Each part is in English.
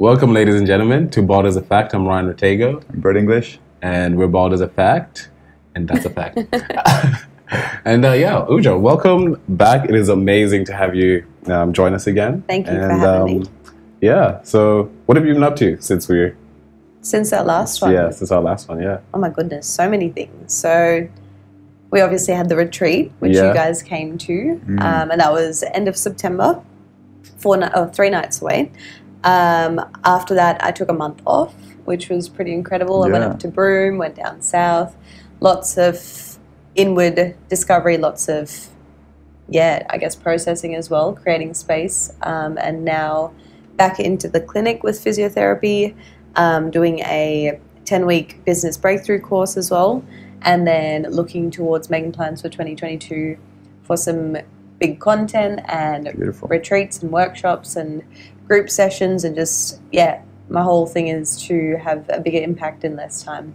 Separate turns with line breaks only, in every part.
Welcome, ladies and gentlemen, to Bald as a Fact. I'm Ryan Ortega,
Bird English.
and we're Bald as a Fact, and that's a fact. and uh, yeah, Ujo, welcome back. It is amazing to have you um, join us again.
Thank you for
And, um,
having me.
Yeah, so what have you been up to since we,
Since that last one,
yeah, since our last one? Yeah,
oh my goodness, so many things. So we obviously had the retreat, which
Yeah. Mm.
you guys came to, um, and that was end of September, four ni- oh, three nights away. Um, after that, I took a month off, which was pretty incredible. I went
Yeah.
up to Broome, went down south, lots of inward discovery, lots of yeah, I guess processing as well, creating space, um, and now back into the clinic with physiotherapy, um, doing a 10 week business breakthrough course as well, and then looking towards making plans for 2022 for some big content and
Beautiful.
retreats and workshops and group sessions, and just yeah, my whole thing is to have a bigger impact in less time.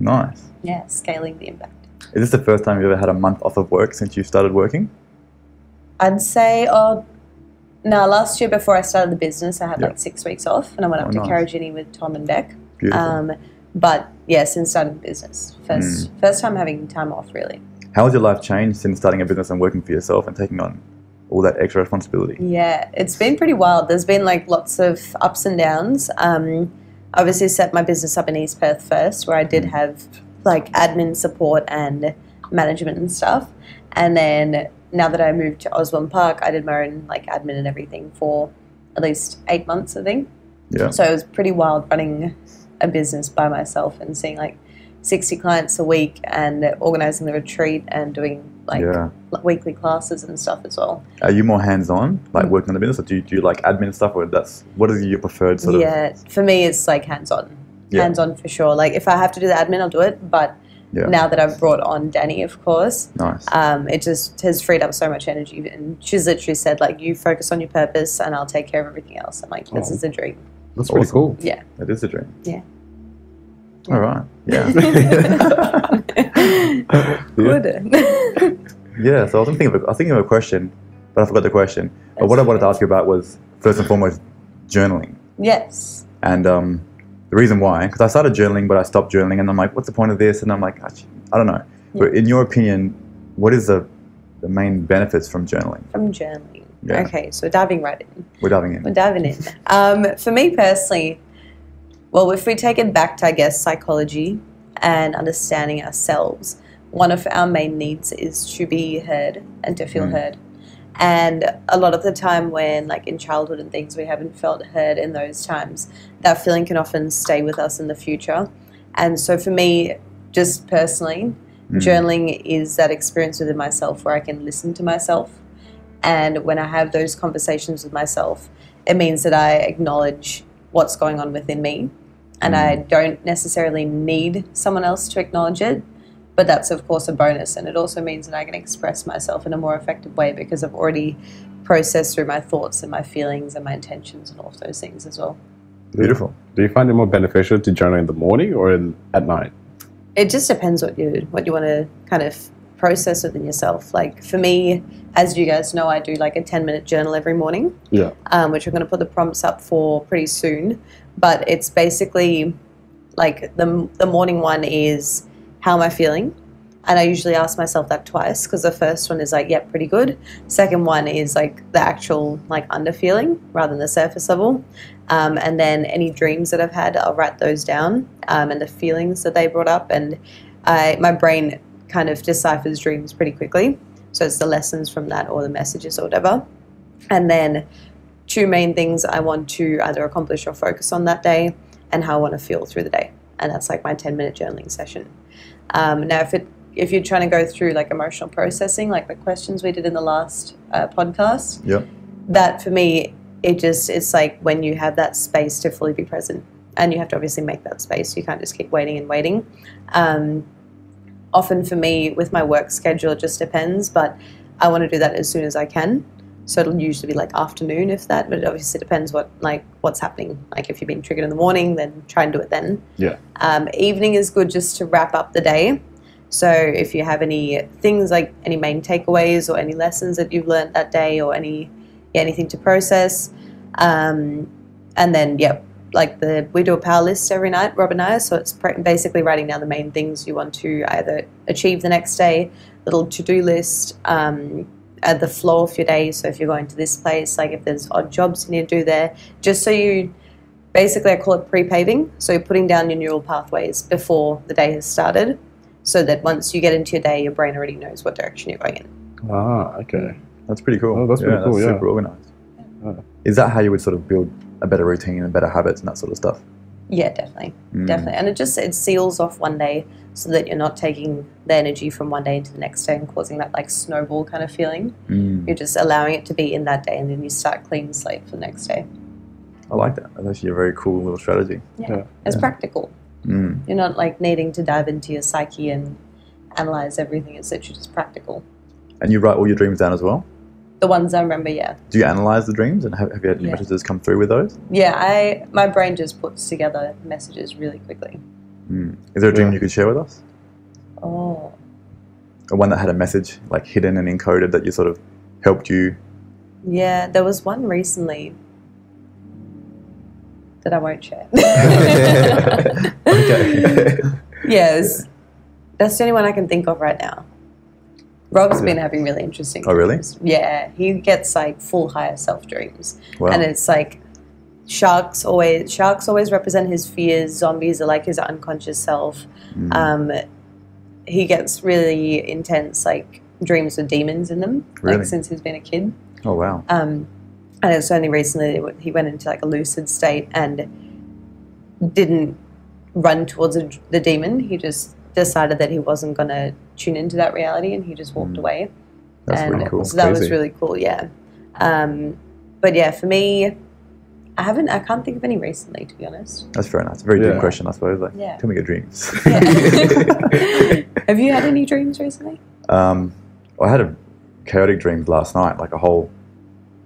Nice.
Yeah, scaling the impact.
Is this the first time you've ever had a month off of work since you started working?
I'd say, oh, no, last year before I started the business, I had
Yeah.
like six weeks off and I went up
Oh,
to
nice.
Karajini with Tom and Beck.
Beautiful.
Um, but yeah, since starting the business, first, first time having time off really.
How has your life changed since starting a business and working for yourself and taking on all that extra responsibility?
Yeah, it's been pretty wild. There's been like lots of ups and downs. Um, obviously, set my business up in East Perth first, where I
Mm.
did have like admin support and management and stuff. And then now that I moved to Osborne Park, I did my own like admin and everything for at least eight months, I think.
Yeah.
So it was pretty wild running a business by myself and seeing like 60 clients a week and organizing the retreat and doing like
yeah.
weekly classes and stuff as well.
Are you more hands-on, like working on the business, or do you, do you like admin stuff, or that's what is your preferred sort of?
yeah, for me, it's like hands on.
Yeah.
Hands on for sure. Like if I have to do the admin, I'll do it. But
Yeah.
now that I've brought on Danny, of course,
Nice.
um, it just has freed up so much energy. And she's literally said, like, you focus on your purpose and I'll take care of everything else. I'm like, this
Oh.
is a dream.
that's pretty
Awesome.
cool.
Yeah.
That is a dream.
Yeah.
All right. Yeah.
Good.
yeah. So I was thinking of a, I was thinking of a question, but I forgot the question. But
That's
what I wanted to
okay.
ask you about was first and foremost journaling.
yes.
And um, the reason why, because I started journaling, but I stopped journaling, and I'm like, what's the point of this? And I'm like, "Ach- I don't know. But in your opinion, what is the, the main benefits from journaling?
From journaling.
Yeah.
Okay, so diving right in.
We're diving in.
We're diving in. Um, for me personally, well, if we take it back to, I guess, psychology and understanding ourselves, one of our main needs is to be heard and to feel
Mm.
heard. And a lot of the time, when like in childhood and things, we haven't felt heard in those times, that feeling can often stay with us in the future. And so, for me, just personally,
Mm.
journaling is that experience within myself where I can listen to myself. And when I have those conversations with myself, it means that I acknowledge what's going on within me. And I don't necessarily need someone else to acknowledge it, but that's, of course, a bonus. And it also means that I can express myself in a more effective way because I've already processed through my thoughts and my feelings and my intentions and all of those things as well.
Beautiful.
Do you find it more beneficial to journal in the morning or in, at night?
it just depends what you what you want to kind of process within yourself. Like for me, as you guys know, I do like a ten minute journal every morning,
Yeah.
um, which I'm going to put the prompts up for pretty soon. But it's basically like the the morning one is how am I feeling, and I usually ask myself that twice because the first one is like yeah pretty good. Second one is like the actual like under feeling rather than the surface level. Um, and then any dreams that I've had, I'll write those down um, and the feelings that they brought up. And I, my brain kind of deciphers dreams pretty quickly. So it's the lessons from that or the messages or whatever. And then two main things I want to either accomplish or focus on that day and how I want to feel through the day. And that's like my 10 minute journaling session. Um, now, if it if you're trying to go through like emotional processing, like the questions we did in the last uh, podcast,
Yep.
that for me it just it's like when you have that space to fully be present and you have to obviously make that space you can't just keep waiting and waiting um, often for me with my work schedule it just depends but i want to do that as soon as i can so it'll usually be like afternoon if that but it obviously depends what like what's happening like if you've been triggered in the morning then try and do it then
Yeah.
um, evening is good just to wrap up the day so if you have any things like any main takeaways or any lessons that you've learnt that day or any yeah, anything to process. Um, and then yep like the we do a power list every night rob and i so it's pre- basically writing down the main things you want to either achieve the next day little to-do list um, uh, the flow of your day so if you're going to this place like if there's odd jobs you need to do there just so you basically i call it pre-paving so you're putting down your neural pathways before the day has started so that once you get into your day your brain already knows what direction you're going in
Ah, okay.
That's pretty cool.
Oh, that's pretty cool, yeah.
super organized.
Yeah.
Is that how you would sort of build a better routine and better habits and that sort of stuff?
Yeah, definitely,
Mm.
definitely, and it just it seals off one day so that you're not taking the energy from one day into the next day and causing that like snowball kind of feeling.
Mm.
You're just allowing it to be in that day, and then you start clean slate for the next day.
I like that. That's actually a very cool little strategy.
It's
Yeah.
practical.
Mm.
You're not like needing to dive into your psyche and analyze everything. It's literally just practical.
And you write all your dreams down as well?
The ones I remember, yeah,
Do you analyze the dreams and have, have you had any
Yeah.
messages come through with those?
yeah. I my brain just puts together messages really quickly.
Mm. Is there a dream
Yeah.
you could share with us?
Oh,
Or one that had a message like hidden and encoded that you sort of helped you?
yeah. There was one recently that I won't share.
okay.
Yes. That's the only one I can think of right now. Rob's
Yeah.
been having really interesting.
Oh, really?
dreams. Yeah, he gets like full higher self dreams,
wow.
and it's like sharks always sharks always represent his fears. Zombies are like his unconscious self.
Mm.
Um, he gets really intense like dreams with demons in them,
Really?
like since he's been a kid.
oh, wow.
Um, and it's only recently that he went into like a lucid state and didn't run towards a, the demon. He just decided that he wasn't going to tune into that reality and he just walked
Mm.
away.
That's
and
really cool.
So that was
Crazy.
really cool, yeah. Um, but yeah, for me, I haven't, I can't think of any recently, to be honest.
That's very nice. Very deep
Yeah.
question, I suppose. Like,
Yeah.
tell me your dreams.
Yeah. Have you had any dreams recently?
Um, I had a chaotic dreams last night, like a whole,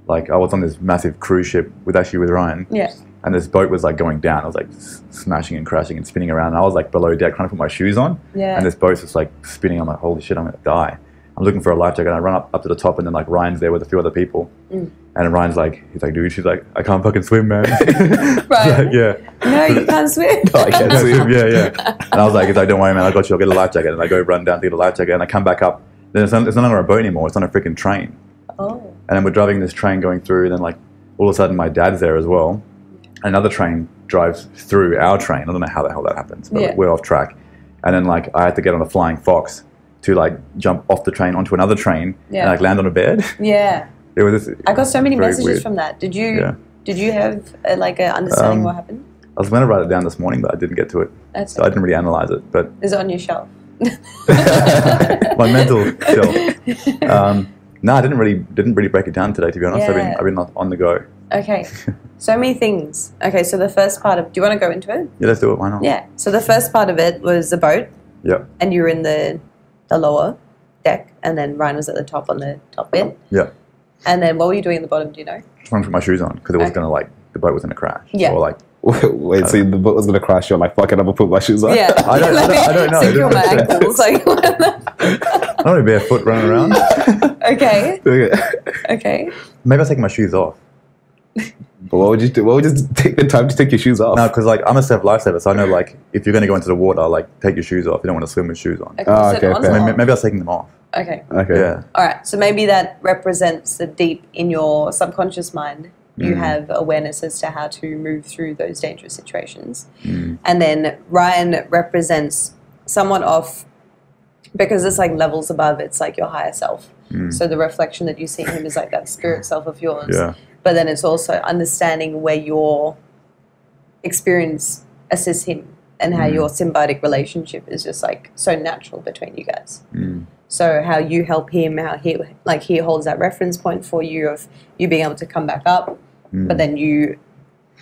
like I was on this massive cruise ship with actually with Ryan,
Yeah.
and this boat was like going down. It was like s- smashing and crashing and spinning around. And I was like below deck trying to put my shoes on,
Yeah.
and this boat's just like spinning. I'm like, holy shit, I'm gonna die. I'm looking for a life jacket. And I run up, up to the top, and then like Ryan's there with a few other people,
Mm.
and Ryan's like, he's like, dude, she's like, I can't fucking swim, man.
Right.
like, yeah.
no, you can't swim.
No, I can't swim.
yeah, yeah. And I was like, it's like, don't worry, man, I got you. I'll get a life jacket. And I go run down to get a life jacket. And I come back up. Then it's not, it's no longer a boat anymore. It's on a freaking train.
Oh.
And then we're driving this train going through. And then, like, all of a sudden, my dad's there as well. Another train drives through our train. I don't know how the hell that happens, but
Yeah.
we're off track. And then, like, I had to get on a flying fox to, like, jump off the train onto another train and,
Yeah.
like, land on a bed.
Yeah.
It was this,
I got so many
Very
messages
weird.
from that. Did you
Yeah.
did you have uh like an understanding
Um,
what happened?
I was going to write it down this morning, but I didn't get to it.
That's
So I didn't really analyze it. But
is it on your shelf?
my mental self. um, no, I didn't really didn't really break it down today. To be honest, I've been
Yeah.
I've been on- on the go.
Okay, so many things. Okay, so the first part of do you want to go into it?
Yeah, let's do it. Why not?
Yeah. So the first part of it was the boat,
Yep.
and you were in the the lower deck, and then Ryan was at the top on the top bit.
Yeah.
And then what were you doing at the bottom? Do you know?
Trying to put my shoes on because it was
Okay.
gonna like the boat was gonna crash.
Yeah.
Or like
Wait, so the boat was gonna crash. You're like, fuck it, I'm gonna put my shoes on.
Yeah.
I don't- I don't- I don't know.
Secure my
It doesn't-
ankles. Like,
I don't want to be barefoot running around.
okay,
Okay.
okay.
Maybe I take my shoes off.
But what would you do? What would you just take the time to take your shoes off?
No, because like I'm a self lifesaver, so I know like if you're gonna go into the water, like take your shoes off. You don't want to swim with shoes on.
Okay.
Ah,
so
okay,
on
fair.
top.
Maybe, maybe I was taking them off.
okay.
Okay.
Yeah.
All right, so maybe that represents the deep in your subconscious mind. You
Mm.
have awareness as to how to move through those dangerous situations.
Mm.
And then Ryan represents somewhat of, because it's like levels above, it's like your higher self.
Mm.
So the reflection that you see in him is like that spirit self of yours.
Yeah.
But then it's also understanding where your experience assists him and how
Mm.
your symbiotic relationship is just like so natural between you guys.
Mm.
So how you help him, how he like he holds that reference point for you of you being able to come back up,
Mm.
but then you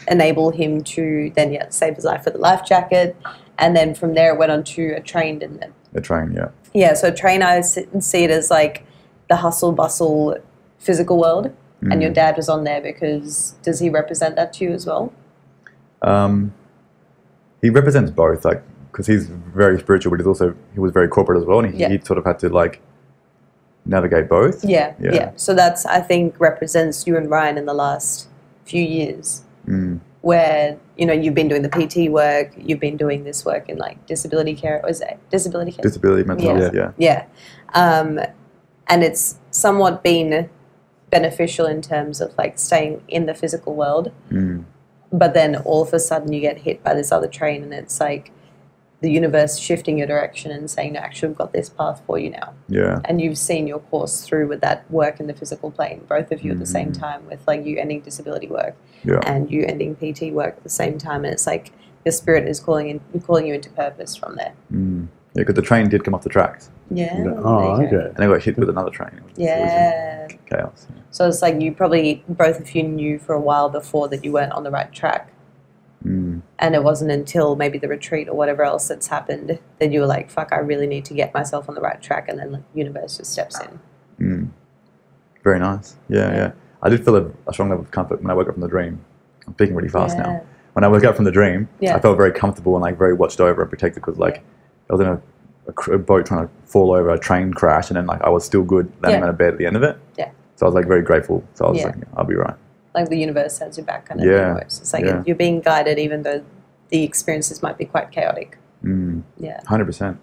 enable him to then yeah save his life with a life jacket, and then from there it went on to a train, didn't it?
The train. Yeah.
Yeah, so train I s- see it as like the hustle bustle physical world, and your dad was on there because does he represent that to you as well?
Um, he represents both, like, because he's very spiritual, but he's also he was very corporate as well, and he,
Yeah.
he sort of had to like navigate both.
Yeah,
Yeah.
yeah. So that's I think represents you and Ryan in the last few years.
Mm.
where you know you've been doing the PT work, you've been doing this work in like disability care. Was it disability care?
Disability, mental
Yeah.
health, yeah.
yeah, um, and it's somewhat been beneficial in terms of like staying in the physical world,
Mm.
but then all of a sudden you get hit by this other train, and it's like the universe shifting your direction and saying, "No, actually, we've got this path for you now."
Yeah.
and you've seen your course through with that work in the physical plane, both of you at the same time, with like you ending disability work
Yeah.
and you ending PT work at the same time, and it's like your spirit is calling in, calling you into purpose from there.
Mm. Yeah, because the train did come off the tracks
Yeah. there you
Oh,
go.
okay.
and I got hit with another train. It was- it was in
Yeah.
chaos.
So it's like you probably both of you knew for a while before that you weren't on the right track.
Mm.
And it wasn't until maybe the retreat or whatever else that's happened that you were like, fuck, I really need to get myself on the right track. And then the universe just steps in.
Mm. Very nice. Yeah,
Yeah.
yeah. I did feel a, a strong level of comfort when I woke up from the dream. I'm thinking really fast
Yeah.
now. When I woke up from the dream,
Yeah.
I felt very comfortable and like very watched over and protected because like
Yeah.
I was in a, a cr- a boat trying to fall over a train crash and then like I was still good landing
Yeah.
on a bed at the end of it.
Yeah.
So I was like very grateful. So I was
Yeah.
like, I'll be right.
like the universe has your back kind of
Yeah,
thing. Where it's just like
yeah.
you're being guided, even though the experiences might be quite chaotic.
Mm.
Yeah.
Hundred percent.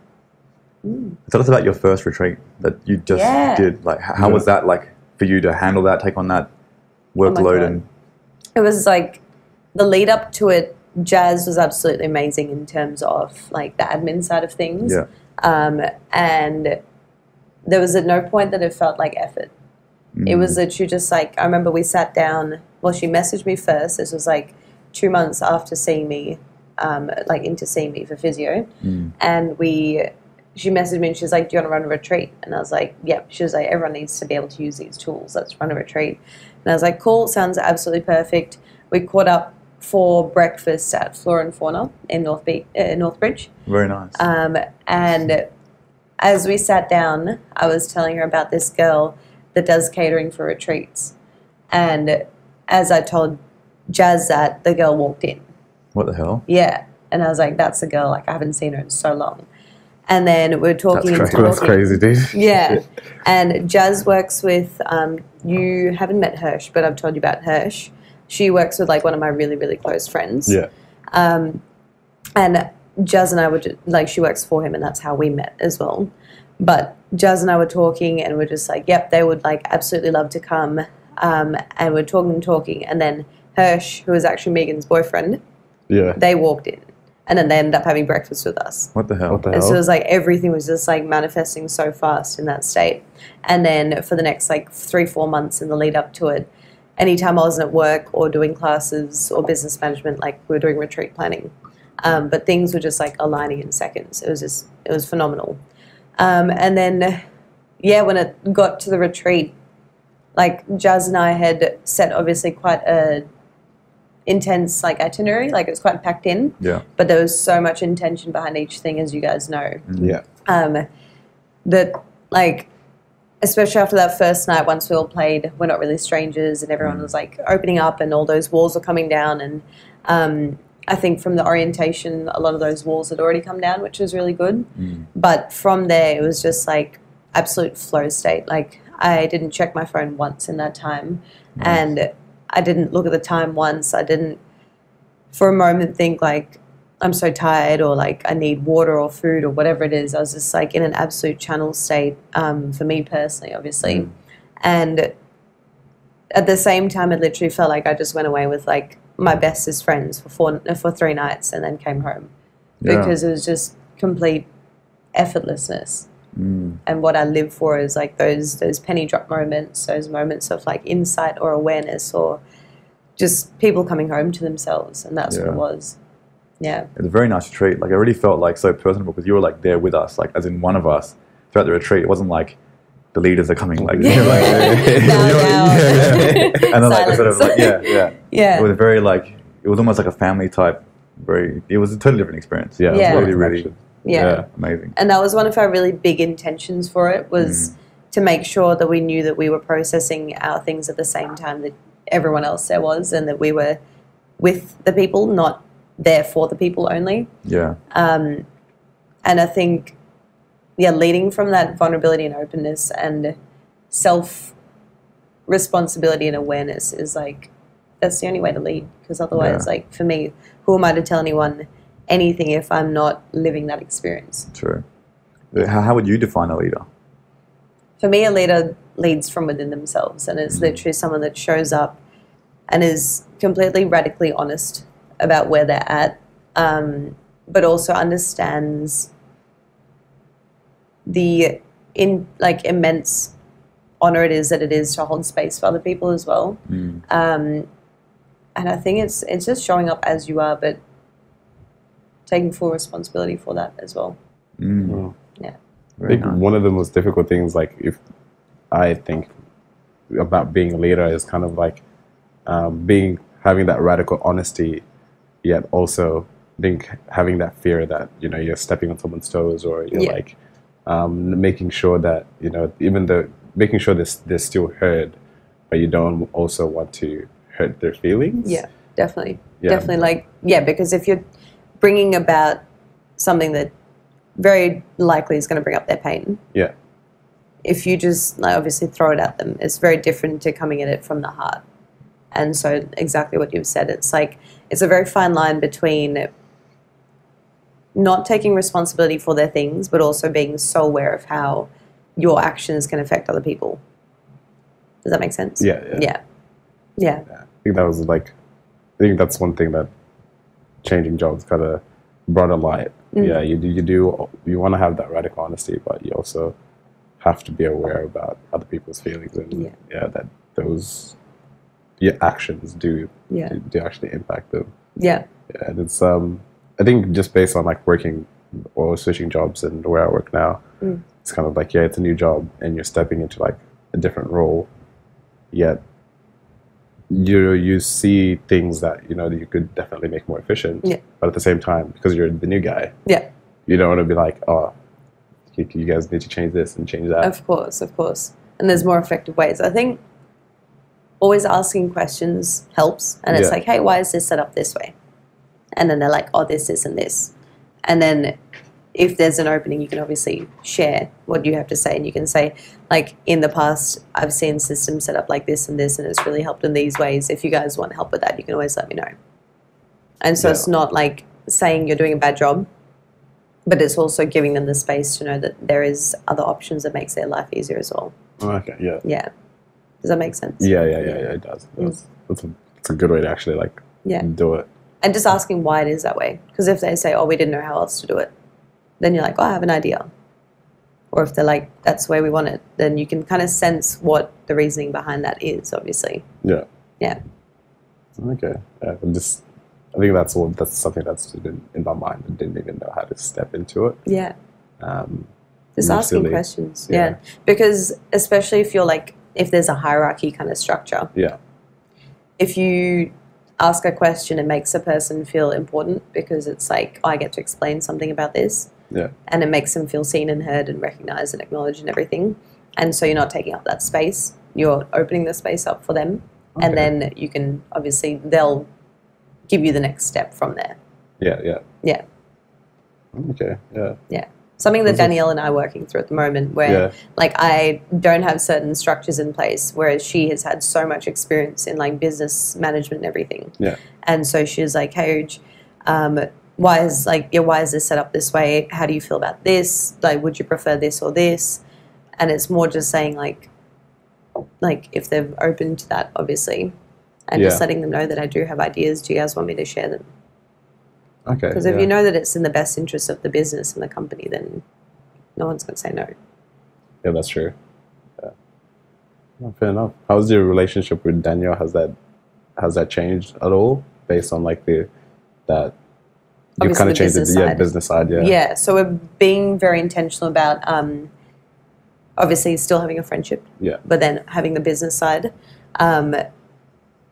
Tell us about your first retreat that you just
Yeah.
did. Like, h- how
Yeah.
was that like for you to handle that, take on that workload,
God.
and
It was like the lead up to it. Jazz was absolutely amazing in terms of like the admin side of things.
yeah,
Um, and there was at no point that it felt like effort. It was that she just like I remember we sat down. Well, she messaged me first. This was like two months after seeing me, um, like into seeing me for physio,
Mm.
and we. She messaged me and she's like, "Do you want to run a retreat?" And I was like, "Yep." She was like, "Everyone needs to be able to use these tools. Let's run a retreat." And I was like, "Cool, sounds absolutely perfect." We caught up for breakfast at Flora and Fauna in North Be- uh, Northbridge,
very nice.
um, and as we sat down, I was telling her about this girl that does catering for retreats. And as I told Jazz that, the girl walked in.
what the hell?
Yeah. And I was like, that's the girl. Like, I haven't seen her in so long. And then we are talking
That's
and
That's
talking.
crazy, dude.
Yeah. And Jazz works with, um, you haven't met Hirsch, but I've told you about Hirsch. She works with like one of my really, really close friends Um,
Yeah.
and Jazz and I were ju- like she works for him, and that's how we met as well. But Jazz and I were talking, and we're just like, yep, they would like absolutely love to come. Um, and we're talking and talking, and then Hirsch, who is actually Megan's boyfriend,
Yeah.
they walked in, and then they ended up having breakfast with us.
What the hell?
What the
And so it
hell?
was like everything was just like manifesting so fast in that state. And then for the next like three, four months in the lead up to it, anytime I wasn't at work or doing classes or business management, like we were doing retreat planning. Um, but things were just like aligning in seconds. It was just, it was phenomenal. Um, and then, yeah, when it got to the retreat, like Jazz and I had set obviously quite a intense like itinerary, like it was quite packed in,
Yeah.
but there was so much intention behind each thing, as you guys know
Yeah.
um, that like especially after that first night once we all played we're not really strangers and everyone was like opening up and all those walls were coming down and um, i think from the orientation a lot of those walls had already come down which was really good
Mm.
but from there it was just like absolute flow state like i didn't check my phone once in that time and i didn't look at the time once i didn't for a moment think like I'm so tired or like I need water or food or whatever it is. I was just like in an absolute channel state um, for me personally, obviously.
Mm.
And at the same time, it literally felt like I just went away with like my bestest friends for four, for three nights and then came home
Yeah.
because it was just complete effortlessness.
Mm.
And what I live for is like those those penny drop moments, those moments of like insight or awareness or just people coming home to themselves, and that's what
Yeah.
it was. Yeah.
It was a very nice retreat. Like I really felt like so personable because you were like there with us, like as in one of us throughout the retreat. It wasn't like the leaders are coming, like, you know, like-
Bow
you know,
down.
yeah, yeah. and then like the sort of like
Silence.
yeah, yeah.
Yeah.
It was very like it was almost like a family type. Very, it was a totally different experience.
Yeah.
it was
Yeah.
really, really
yeah.
amazing.
And that was one of our really big intentions for it was
Mm.
to make sure that we knew that we were processing our things at the same time that everyone else there was and that we were with the people, not there for the people only.
Yeah,
Um, and I think, yeah, leading from that vulnerability and openness and self responsibility and awareness is like that's the only way to lead because otherwise, like for me, who am I to tell anyone anything if I'm not living that experience?
True. How, how would you define a leader?
for me, a leader leads from within themselves and is literally someone that shows up and is completely radically honest about where they're at, um, but also understands the in like immense honor it is that it is to hold space for other people as well. Um, and I think it's it's just showing up as you are, but taking full responsibility for that as well.
Mm,
Mm. I
very
think
nice.
one of the most difficult things, like if I think about being a leader, is kind of like um, being having that radical honesty, yet also being having that fear that you know you're stepping on someone's toes or you're
Yeah.
like um, making sure that you know even though making sure this they're still heard, but you don't also want to hurt their feelings.
Yeah, definitely.
Yeah.
Definitely. Like, yeah, because if you're bringing about something that very likely is going to bring up their pain,
Yeah.
if you just like, obviously throw it at them, it's very different to coming at it from the heart. And so, exactly what you've said, it's like it's a very fine line between not taking responsibility for their things, but also being so aware of how your actions can affect other people. Does that make sense?
Yeah. Yeah.
Yeah. Yeah.
I think that was like, I think that's one thing that changing jobs kind of brought a light.
Mm.
Yeah, you do, you do, you want to have that radical honesty, but you also have to be aware about other people's feelings and
Yeah.
yeah, that those your actions do,
Yeah.
do do actually impact them.
Yeah.
Yeah, and it's um, I think just based on like working or switching jobs and where I work now,
Mm.
it's kind of like yeah, it's a new job and you're stepping into like a different role, yet you you see things that you know that you could definitely make more efficient.
Yeah.
But at the same time, because you're the new guy,
Yeah.
you don't want to be like oh, you, you guys need to change this and change that.
Of course, of course. And there's more effective ways. I think always asking questions helps. And it's
Yeah.
like, hey, why is this set up this way? And then they're like, oh, this, this, and this. And then if there's an opening, you can obviously share what you have to say. And you can say, like, in the past, I've seen systems set up like this and this, and it's really helped in these ways. If you guys want help with that, you can always let me know. And so
Yeah.
it's not like saying you're doing a bad job, but it's also giving them the space to know that there is other options that makes their life easier as well.
Oh, okay. Yeah.
Yeah. Does that make sense?
Yeah. Yeah. Yeah. Yeah. It does. It
Mm.
does. That's, a, that's a good way to actually like
Yeah.
do it.
And just asking why it is that way. Because if they say, oh, we didn't know how else to do it, then you're like, oh, I have an idea. Or if they're like, that's the way we want it, then you can kind of sense what the reasoning behind that is, obviously.
Yeah.
Yeah.
Okay. Yeah, I'm just, I think that's one, that's something that's been in my mind. I didn't even know how to step into it.
Yeah.
Um,
Just
Mm,
asking
silly.
questions.
Yeah.
yeah. Because especially if you're like, if there's a hierarchy kind of structure,
yeah.
if you ask a question, it makes a person feel important because it's like, oh, I get to explain something about this.
Yeah.
And it makes them feel seen and heard and recognized and acknowledged and everything. And so you're not taking up that space, you're opening the space up for them. And
Okay.
then you can obviously, they'll give you the next step from there.
Yeah. Yeah.
Yeah.
Okay. Yeah.
Something that
That's a-
Danielle and I are working through at the moment, where
Yeah.
like I don't have certain structures in place, whereas she has had so much experience in like business management and everything.
Yeah.
And so she's like, hey, Uj, um, why is like yeah, why is this set up this way? How do you feel about this? Like, would you prefer this or this? And it's more just saying like, like if they're open to that, obviously, and just
Yeah.
letting them know that I do have ideas. Do you guys want me to share them?
Okay.
Because
yeah.
if you know that it's in the best interest of the business and the company, then no one's going to say no.
yeah, that's true. Yeah. No, fair enough. How's your relationship with Daniel? Has that, has that changed at all based on like the, that you
Obviously
kind
the
of changed
business
the yeah,
side.
business side? Yeah.
yeah. so we're being very intentional about um, obviously still having a friendship
Yeah.
but then having the business side um,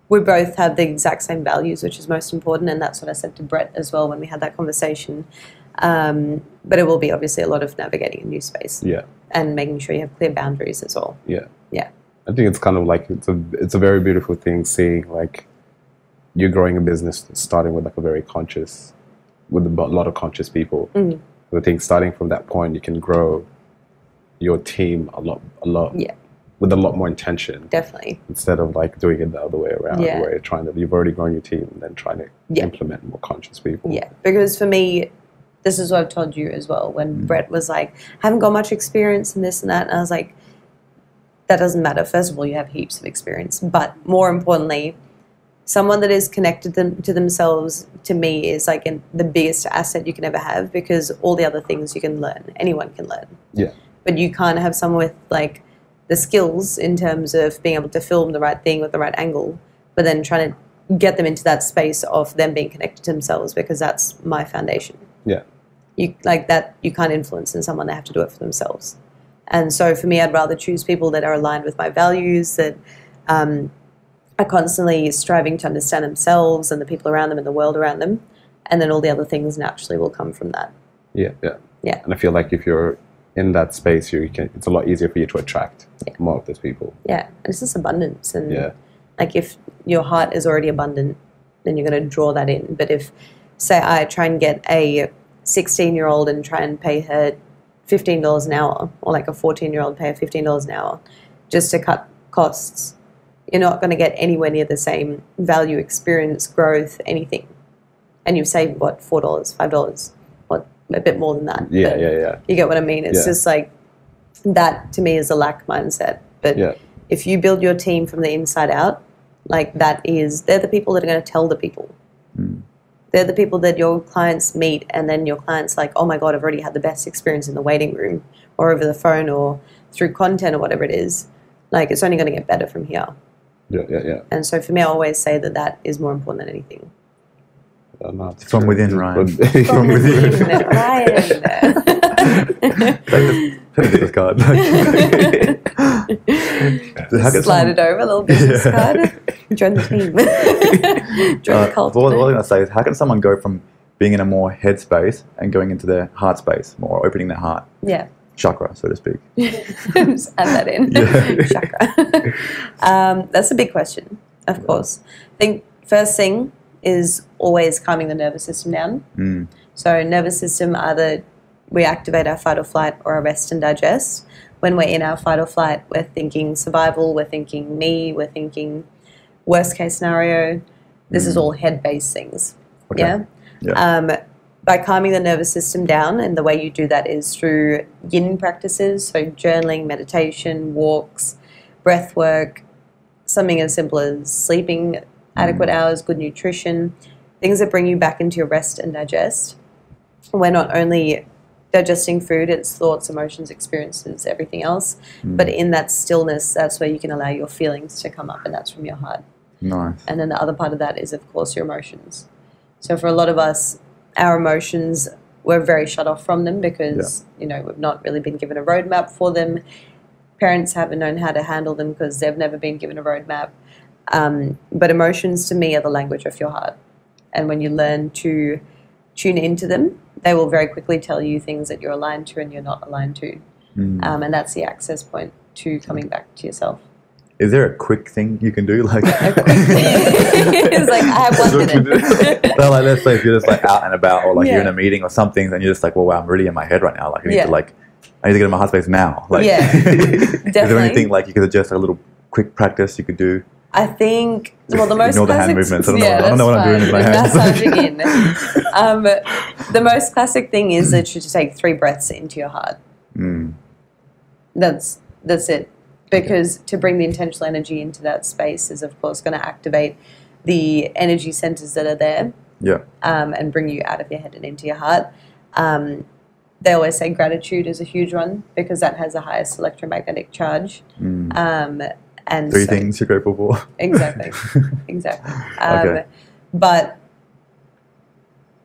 we both have the exact same values which is most important and that's what i said to brett as well when we had that conversation um, but it will be obviously a lot of navigating a new space
Yeah.
and making sure you have clear boundaries as well
I think it's kind of like it's a it's a very beautiful thing seeing like you're growing a business starting with like a very conscious with a lot of conscious people.
Mhm.
I think starting from that point you can grow your team a lot a lot
Yeah.
with a lot more intention
definitely.
instead of like doing it the other way around,
Yeah.
where you're trying to you've already grown your team and then trying to
Yeah.
implement more conscious people.
Yeah, because for me, this is what I've told you as well.
Mm.
When Brett was like, I haven't got much experience in this and that, and I was like, that doesn't matter. First of all, you have heaps of experience, but more importantly, someone that is connected them, to themselves to me is like an, the biggest asset you can ever have because all the other things you can learn, anyone can learn.
Yeah.
But you can't have someone with like the skills in terms of being able to film the right thing with the right angle, but then trying to get them into that space of them being connected to themselves because that's my foundation.
Yeah.
You like that you can't influence in someone, they have to do it for themselves. And so for me I'd rather choose people that are aligned with my values, that um, are constantly striving to understand themselves and the people around them and the world around them. And then all the other things naturally will come from that.
Yeah, yeah,
Yeah.
And I feel like if you're in that space, you can. It's a lot easier for you to attract more of those people.
Yeah. And it's just abundance and
Yeah,
Like if your heart is already abundant, then you're going to draw that in. But if, say, I try and get a 16 year old and try and pay her $15 an hour, or like a 14 year old pay her $15 an hour just to cut costs, you're not going to get anywhere near the same value, experience, growth, anything. And you've saved what, $4, $5, what, a bit more than that.
yeah,
but
yeah, yeah,
You get what I mean? It's
Yeah.
just like that to me is a lack mindset. But
yeah,
if you build your team from the inside out, like that is, they're the people that are going to tell the people.
Mm.
They're the people that your clients meet, and then your clients like, oh my god, I've already had the best experience in the waiting room, or over the phone, or through content, or whatever it is. Like it's only going to get better from here.
yeah, yeah, yeah.
And so for me, I always say that that is more important than anything.
Uh, no, it's
From
true.
within, Ryan.
But-
From
Yeah.
within.
Ryan.
Play this card. How
Slide
can someone-
it over a little business card. Join the team. Join
Uh,
the cult.
what, what I was going to say is, how can someone go from being in a more head space and going into their heart space, more opening their heart
yeah.
chakra, so to speak?
Just add that in.
Yeah.
Chakra. um, that's a big question, of course. I think first thing is always calming the nervous system down.
Mm.
So nervous system either we activate our fight or flight or our rest and digest. When we're in our fight or flight, we're thinking survival, we're thinking me, we're thinking worst case scenario. This is all head based things.
Okay.
Yeah.
Yeah.
Um, by calming the nervous system down, and the way you do that is through yin practices, so journaling, meditation, walks, breath work, something as simple as sleeping
Mm.
adequate hours, good nutrition, things that bring you back into your rest and digest. We're not only digesting food, it's thoughts, emotions, experiences, everything else,
Mm.
but in that stillness, that's where you can allow your feelings to come up, and that's from your heart.
Nice.
And then the other part of that is, of course, your emotions. So for a lot of us, our emotions, we're very shut off from them because, you know, we've not really been given a roadmap for them. Parents haven't known how to handle them because they've never been given a roadmap. Um, but emotions to me are the language of your heart. And when you learn to tune into them, they will very quickly tell you things that you're aligned to and you're not aligned to.
Mm.
Um, and that's the access point to coming back to yourself.
Is there a quick thing you can do? Like,
it's like, I have one minute.
so like, let's say if you're just like out and about, or like you're in
Yeah.
a meeting or something, and you're just like, well, wow, I'm really in my head right now. Like, I need
Yeah.
to like, I need to get in my heart space now. Like,
Yeah,
is there
definitely.
anything like you could adjust like, a little quick practice you could do?
I think well the
Ignore
most
the hand
classic-
movements. I don't know- I don't know what I'm doing with my
that's
hands.
fine. Massaging in. Um, the most classic thing is that you just take three breaths into your heart.
Mm.
That's that's it. Because to bring the intentional energy into that space is of course going to activate the energy centers that are there
Yeah.
um, and bring you out of your head and into your heart. Um, they always say gratitude is a huge one because that has the highest electromagnetic charge.
Mm.
Um, and
Three
so-
things you're grateful for.
Exactly. exactly. Um,
Okay.
But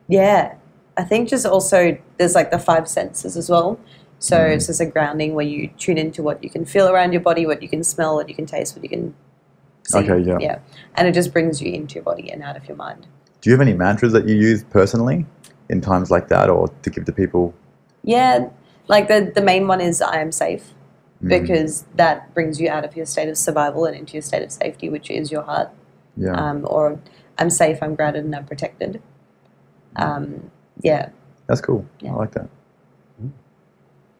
yeah, I think just also there's like the five senses as well. So
Mm-hmm.
it's just a grounding where you tune into what you can feel around your body, what you can smell, what you can taste, what you can see.
Okay, yeah.
Yeah. And it just brings you into your body and out of your mind.
Do you have any mantras that you use personally in times like that, or to give to people?
Yeah. Like the, the main one is I am safe
Mm.
because that brings you out of your state of survival and into your state of safety, which is your heart.
Yeah.
um, or I'm safe, I'm grounded, and I'm protected. Um, yeah,
That's cool.
Yeah.
Hmm. I like that.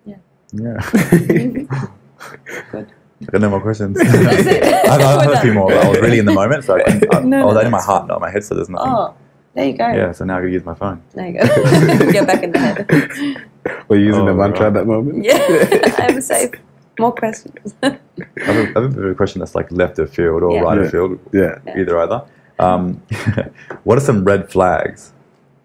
Yeah.
Yeah.
good.
I got no more questions.
That's it.
I've, I've
We're
had a few
done.
more, but I was really in the moment, so I, couldn't- I,
No,
I
no,
was only in my
that's
heart, not my head, so there's nothing.
Oh, there you go.
Yeah, so now I gotta use my phone.
There you go. Get back in the head.
We're using the
Oh,
mantra
right.
at that moment.
Yeah, I'm safe. More questions.
I have, a, I have a bit of a question that's like left of field or
Yeah.
right
Yeah.
of field,
Yeah.
Yeah.
either either. Um, what are some red flags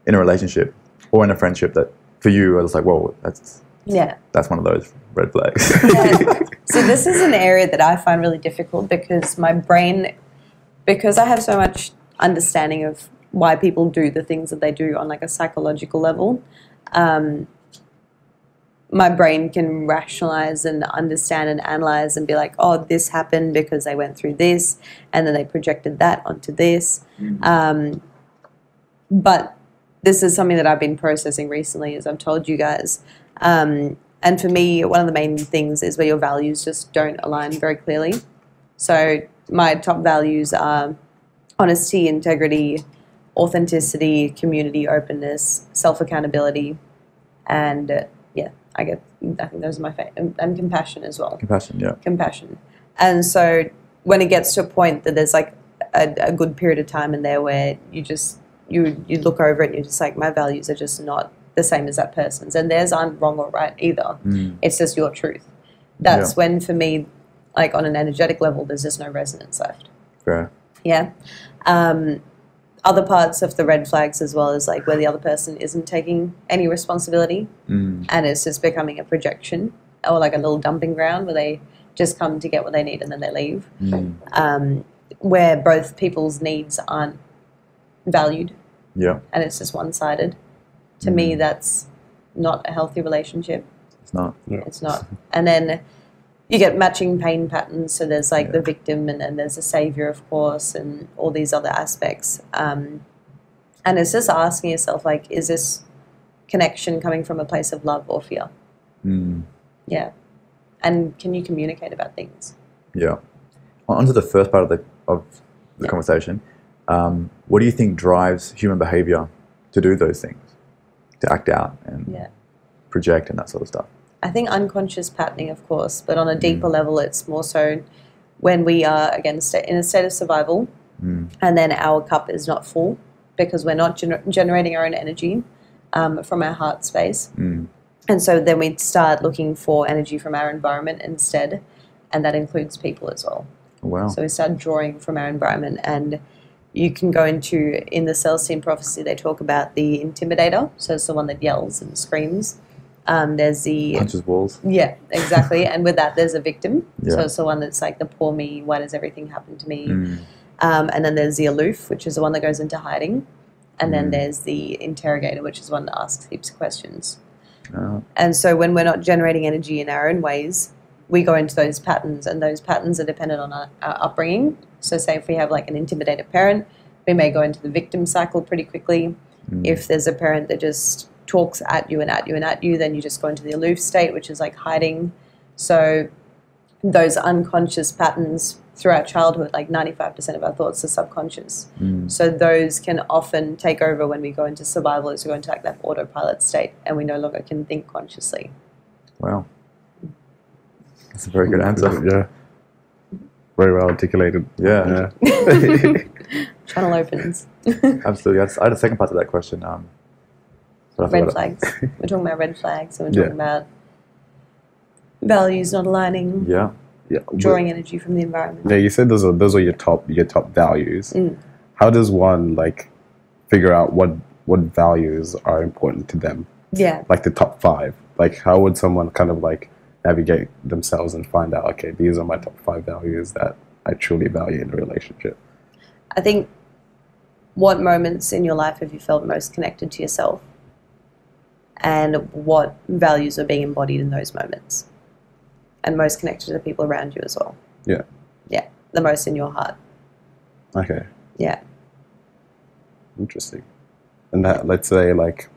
in a relationship or in a friendship that for you are just like, whoa, that's
yeah.
that's one of those red flags.
Yeah. so this is an area that I find really difficult because my brain, because I have so much understanding of why people do the things that they do on like a psychological level, um, my brain can rationalize and understand and analyze and be like, oh, this happened because they went through this, and then they projected that onto this. Um, but this is something that I've been processing recently, as I've told you guys. Um, and for me, one of the main things is where your values just don't align very clearly. So my top values are honesty, integrity, authenticity, community, openness, self accountability, and uh, yeah, I get. I think those are my fa- and, and compassion as well
Compassion, yeah.
compassion. And so when it gets to a point that there's like a, a good period of time in there where you just you you look over it and you're just like my values are just not the same as that person's and theirs aren't wrong or right either.
Mm.
It's just your truth. That's
Yeah.
when for me, like on an energetic level, there's just no resonance left.
Fair.
Yeah. Um, other parts of the red flags as well is like where the other person isn't taking any responsibility
Mm.
and it's just becoming a projection or like a little dumping ground where they just come to get what they need and then they leave,
Mm.
um, where both people's needs aren't valued
Yeah,
and it's just one sided. To me, that's not a healthy relationship.
it's not.
It's not. And then you get matching pain patterns. So there's like the
Yeah.
victim, and then there's the savior, of course, and all these other aspects. Um, and it's just asking yourself, like, is this connection coming from a place of love or fear?
Mm.
Yeah. And can you communicate about things?
Yeah. On onto the first part of the of the
Yeah.
conversation. Um, what do you think drives human behavior to do those things, to act out and
Yeah.
project and that sort of stuff?
I think unconscious patterning, of course, but on a deeper level, it's more so when we are, again, sta- in a state of survival
Mm.
and then our cup is not full because we're not gener- generating our own energy um, from our heart space.
Mm.
And so then we start looking for energy from our environment instead, and that includes people as well.
Wow.
So we start drawing from our environment, and you can go into in the Celestine prophecy. They talk about the intimidator, so it's the one that yells and screams. Um, there's the
Punches walls.
yeah, exactly, and with that there's a victim. So
Yeah.
it's the one that's like the poor me. Why does everything happen to me?
Mm.
Um, and then there's the aloof, which is the one that goes into hiding, and then
Mm.
there's the interrogator, which is one that asks heaps of questions.
Uh,
And so when we're not generating energy in our own ways, we go into those patterns, and those patterns are dependent on our, our upbringing. So, say if we have like an intimidated parent, we may go into the victim cycle pretty quickly.
Mm.
If there's a parent that just talks at you and at you and at you, then you just go into the aloof state, which is like hiding. So, those unconscious patterns throughout childhood, like 95% of our thoughts are subconscious.
mm.
So those can often take over when we go into survival as we go into like that autopilot state and we no longer can think consciously.
Wow. That's a very good answer.
Yeah. Very well articulated.
Yeah,
Yeah.
Channel opens.
absolutely. I had- I had a second part to that question. Um, but I
Red
forgot it.
flags. We're talking about red flags and we're
Yeah.
talking about values not aligning,
Yeah.
yeah.
drawing energy from the environment.
Yeah, you said those are those are your top your top values.
Mm.
How does one like figure out what what values are important to them?
Yeah.
Like the top five. Like how would someone kind of like navigate themselves and find out okay these are my top five values that I truly value in a relationship.
I think what moments in your life have you felt most connected to yourself? And what values are being embodied in those moments? And most connected to the people around you as well.
Yeah.
Yeah. The most in your heart.
Okay.
Yeah.
Interesting. And that let's say like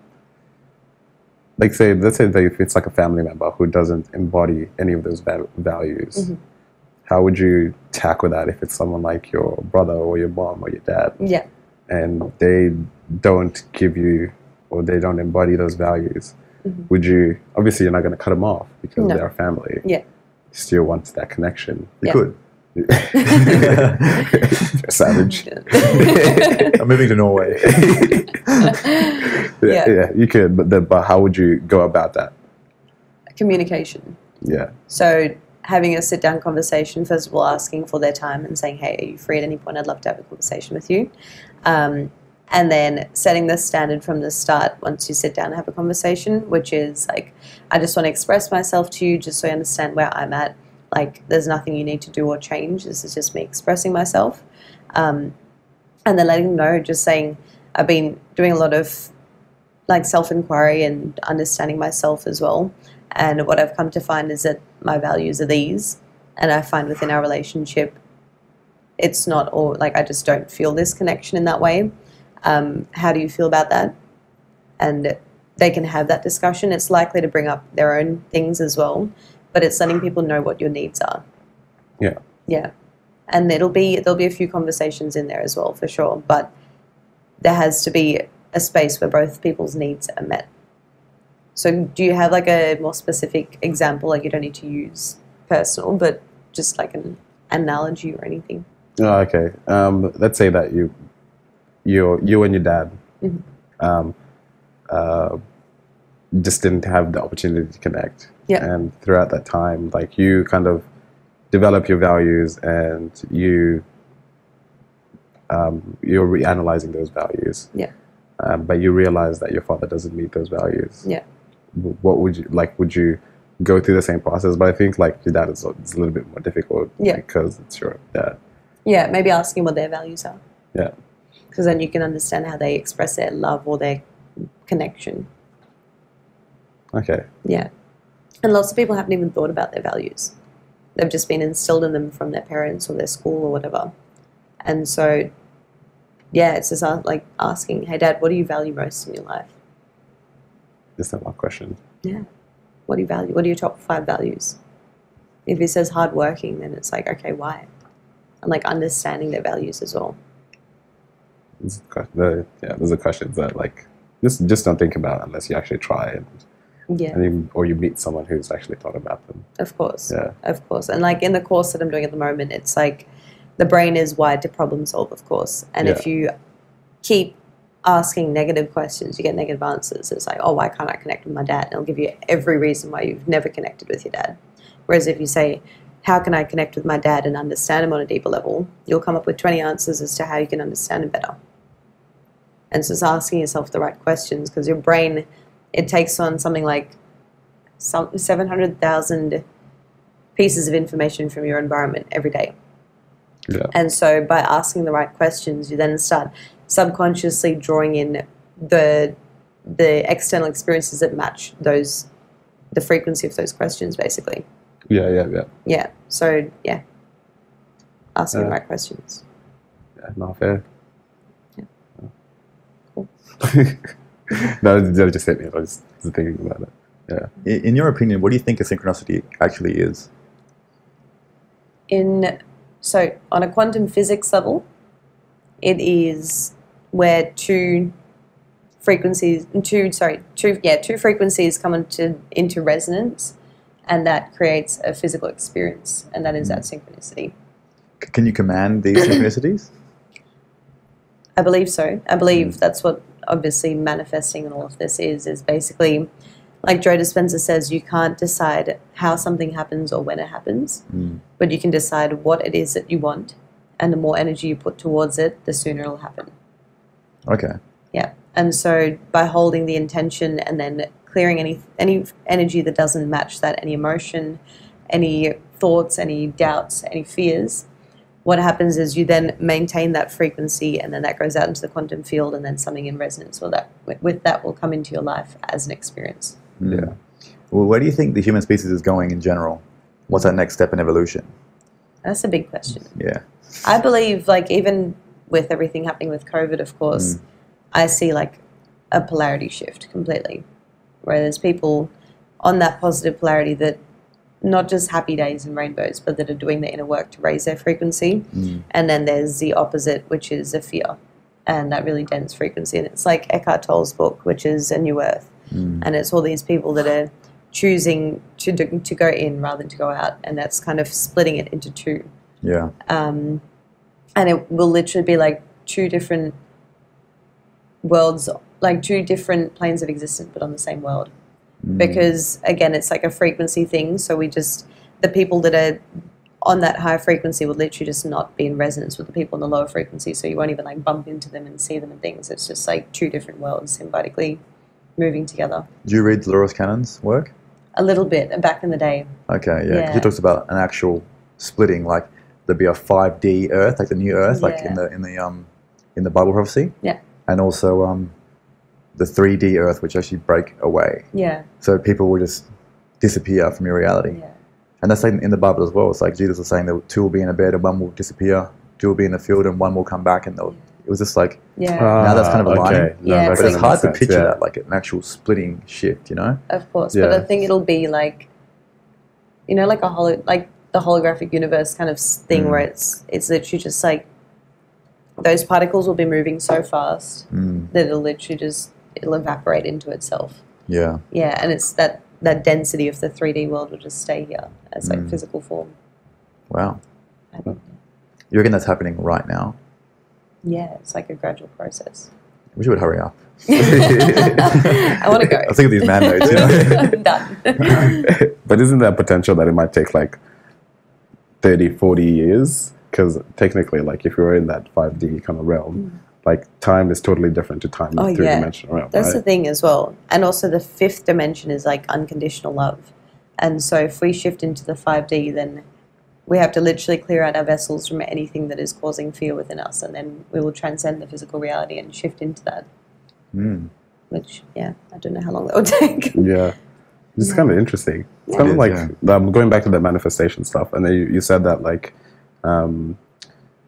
like say let's say that if it's like a family member who doesn't embody any of those val- values,
Mhm.
how would you tackle that if it's someone like your brother or your mom or your dad
Yeah.
and they don't give you or they don't embody those values?
Mhm.
Would you obviously you're not going to cut them off because
No.
they're a family.
Yeah.
still wants that connection.
You
Yeah.
could.
Savage.
I'm moving to Norway.
Yeah,
Yeah.
yeah, you could, but then, but how would you go about that?
Communication.
Yeah,
So having a sit down conversation, first of all, asking for their time and saying, hey, are you free at any point? I'd love to have a conversation with you. Um, and then setting the standard from the start once you sit down and have a conversation, which is like, I just want to express myself to you just so you understand where I'm at. Like, there's nothing you need to do or change. This is just me expressing myself. Um, and then letting them know, just saying, I've been doing a lot of like self inquiry and understanding myself as well. And what I've come to find is that my values are these. And I find within our relationship, it's not all like I just don't feel this connection in that way. Um, how do you feel about that? And they can have that discussion. It's likely to bring up their own things as well, but it's letting people know what your needs are.
Yeah.
Yeah. And it'll be there'll be a few conversations in there as well for sure, but there has to be a space where both people's needs are met. So, do you have like a more specific example? Like, you don't need to use personal, but just like an analogy or anything.
Oh, okay. Um, let's say that you, you, you and your dad,
Mhm.
um, uh, just didn't have the opportunity to connect.
Yeah.
And throughout that time, like you kind of develop your values and you, um, you're reanalyzing those values.
Yeah.
Um, but you realize that your father doesn't meet those values.
Yeah.
W- What would you like? Would you go through the same process? But I think like your dad is it's a little bit more difficult.
Yeah.
Because it's your dad.
Yeah, maybe asking what their values are.
Yeah.
Because then you can understand how they express their love or their connection.
Okay.
Yeah. And lots of people haven't even thought about their values. They've just been instilled in them from their parents or their school or whatever. And so, yeah, it's just uh, like asking, hey, dad, what do you value most in your life?
It's not my question.
What do you value? What are your top five values? If he says hardworking, then it's like, okay, why? And like understanding their values as well.
It's a que- the, yeah, those are questions that like just just don't think about unless you actually try and,
Yeah,
and you, or you meet someone who's actually thought about them.
of course.
Yeah.
Of course. And like in the course that I'm doing at the moment, it's like the brain is wired to problem solve, of course. And if you keep asking negative questions, you get negative answers. It's like, oh, why can't I connect with my dad? And it'll give you every reason why you've never connected with your dad. Whereas if you say, how can I connect with my dad and understand him on a deeper level? You'll come up with 20 answers as to how you can understand him better. And it's just asking yourself the right questions because your brain, it takes on something like some 700,000 pieces of information from your environment every day.
Yeah.
And so by asking the right questions, you then start subconsciously drawing in the the external experiences that match those the frequency of those questions basically.
Yeah, yeah, yeah.
Yeah. So yeah. Asking the
Yeah.
right questions.
yeah not fair.
Yeah.
Cool.
Cool.
no, that just hit me. I was just thinking about it.
I- In your opinion, what do you think a synchronicity actually is?
In so on a quantum physics level, it is where two frequencies two sorry two yeah two frequencies come into into resonance and that creates a physical experience and that is that synchronicity
C- Can you command these synchronicities?
I believe so. I believe that's what obviously manifesting and all of this is is basically like Joe Dispenza says, you can't decide how something happens or when it happens,
Mm.
but you can decide what it is that you want, and the more energy you put towards it, the sooner it'll happen.
Okay.
And so by holding the intention and then clearing any any energy that doesn't match that, any emotion, any thoughts, any doubts, any fears, what happens is you then maintain that frequency and then that goes out into the quantum field and then something in resonance with that with that will come into your life as an experience.
Mm. Well, where do you think the human species is going in general? What's our next step in evolution?
That's a big question.
Yeah.
I believe, like, even with everything happening with COVID, of
Mm.
course, I see like a polarity shift completely, where there's people on that positive polarity that not just happy days and rainbows, but that are doing the inner work to raise their frequency.
Mm.
And then there's the opposite, which is a fear and that really dense frequency. And it's like Eckhart Tolle's book, which is A New Earth.
Mm.
And it's all these people that are choosing to do, to go in rather than to go out, and that's kind of splitting it into two.
Yeah.
Um, and it will literally be like two different worlds, like two different planes of existence, but on the same world.
Mm.
Because again, it's like a frequency thing. So we just the people that are on that higher frequency would literally just not be in resonance with the people on the lower frequency. So you won't even like bump into them and see them and things. It's just like two different worlds symbiotically moving together.
Do you read Dolores Cannon's work?
A little bit back in the day.
Okay, yeah. 'cause
Yeah.
She talks about an actual splitting, like there'd be a 5D Earth, like the new Earth, like in
Yeah.
the in the um in the Bible prophecy.
Yeah.
And also um the 3D Earth, which actually break away.
Yeah,
So people will just disappear from your reality.
yeah,
And that's like in the Bible as well. It's like Jesus was saying that two will be in a bed and one will disappear, two will be in the field and one will come back and they'll it was just like
yeah.
Now
that's kind of aligning.
Yeah,
but
That's
it's
kind of
hard to
makes
picture
sense,
that, like an actual splitting shift, you know?
Of course,
Yeah.
but I think it'll be like, you know, like a holo, like the holographic universe kind of s- thing
Mm.
where it's it's literally just like those particles will be moving so fast
Mm,
that it'll literally just it'll evaporate into itself.
yeah.
Yeah, and it's that that density of the three D world will just stay here as like
Mm.
physical form.
Wow.
I think.
You reckon that's happening right now?
Yeah, it's like a gradual process.
I wish you would hurry up.
I want to go.
I think of these man notes, you know?
I'm done.
yeah. but isn't there potential that it might take like 30, 40 years? Because technically, like if you're in that 5D kind of realm, like time is totally different to time in
Hmm. Oh,
the
yeah.
three dimensional realm.
That's
right?
the thing as well. And also, the fifth dimension is like unconditional love. And so, if we shift into the 5D, then we have to literally clear out our vessels from anything that is causing fear within us. And then we will transcend the physical reality and shift into that,
Mm.
which, yeah, I don't know how long that will take.
Yeah. It's kind of interesting. It's kind
It
of
is,
like um, going back to the manifestation stuff, and then you, you said that like um,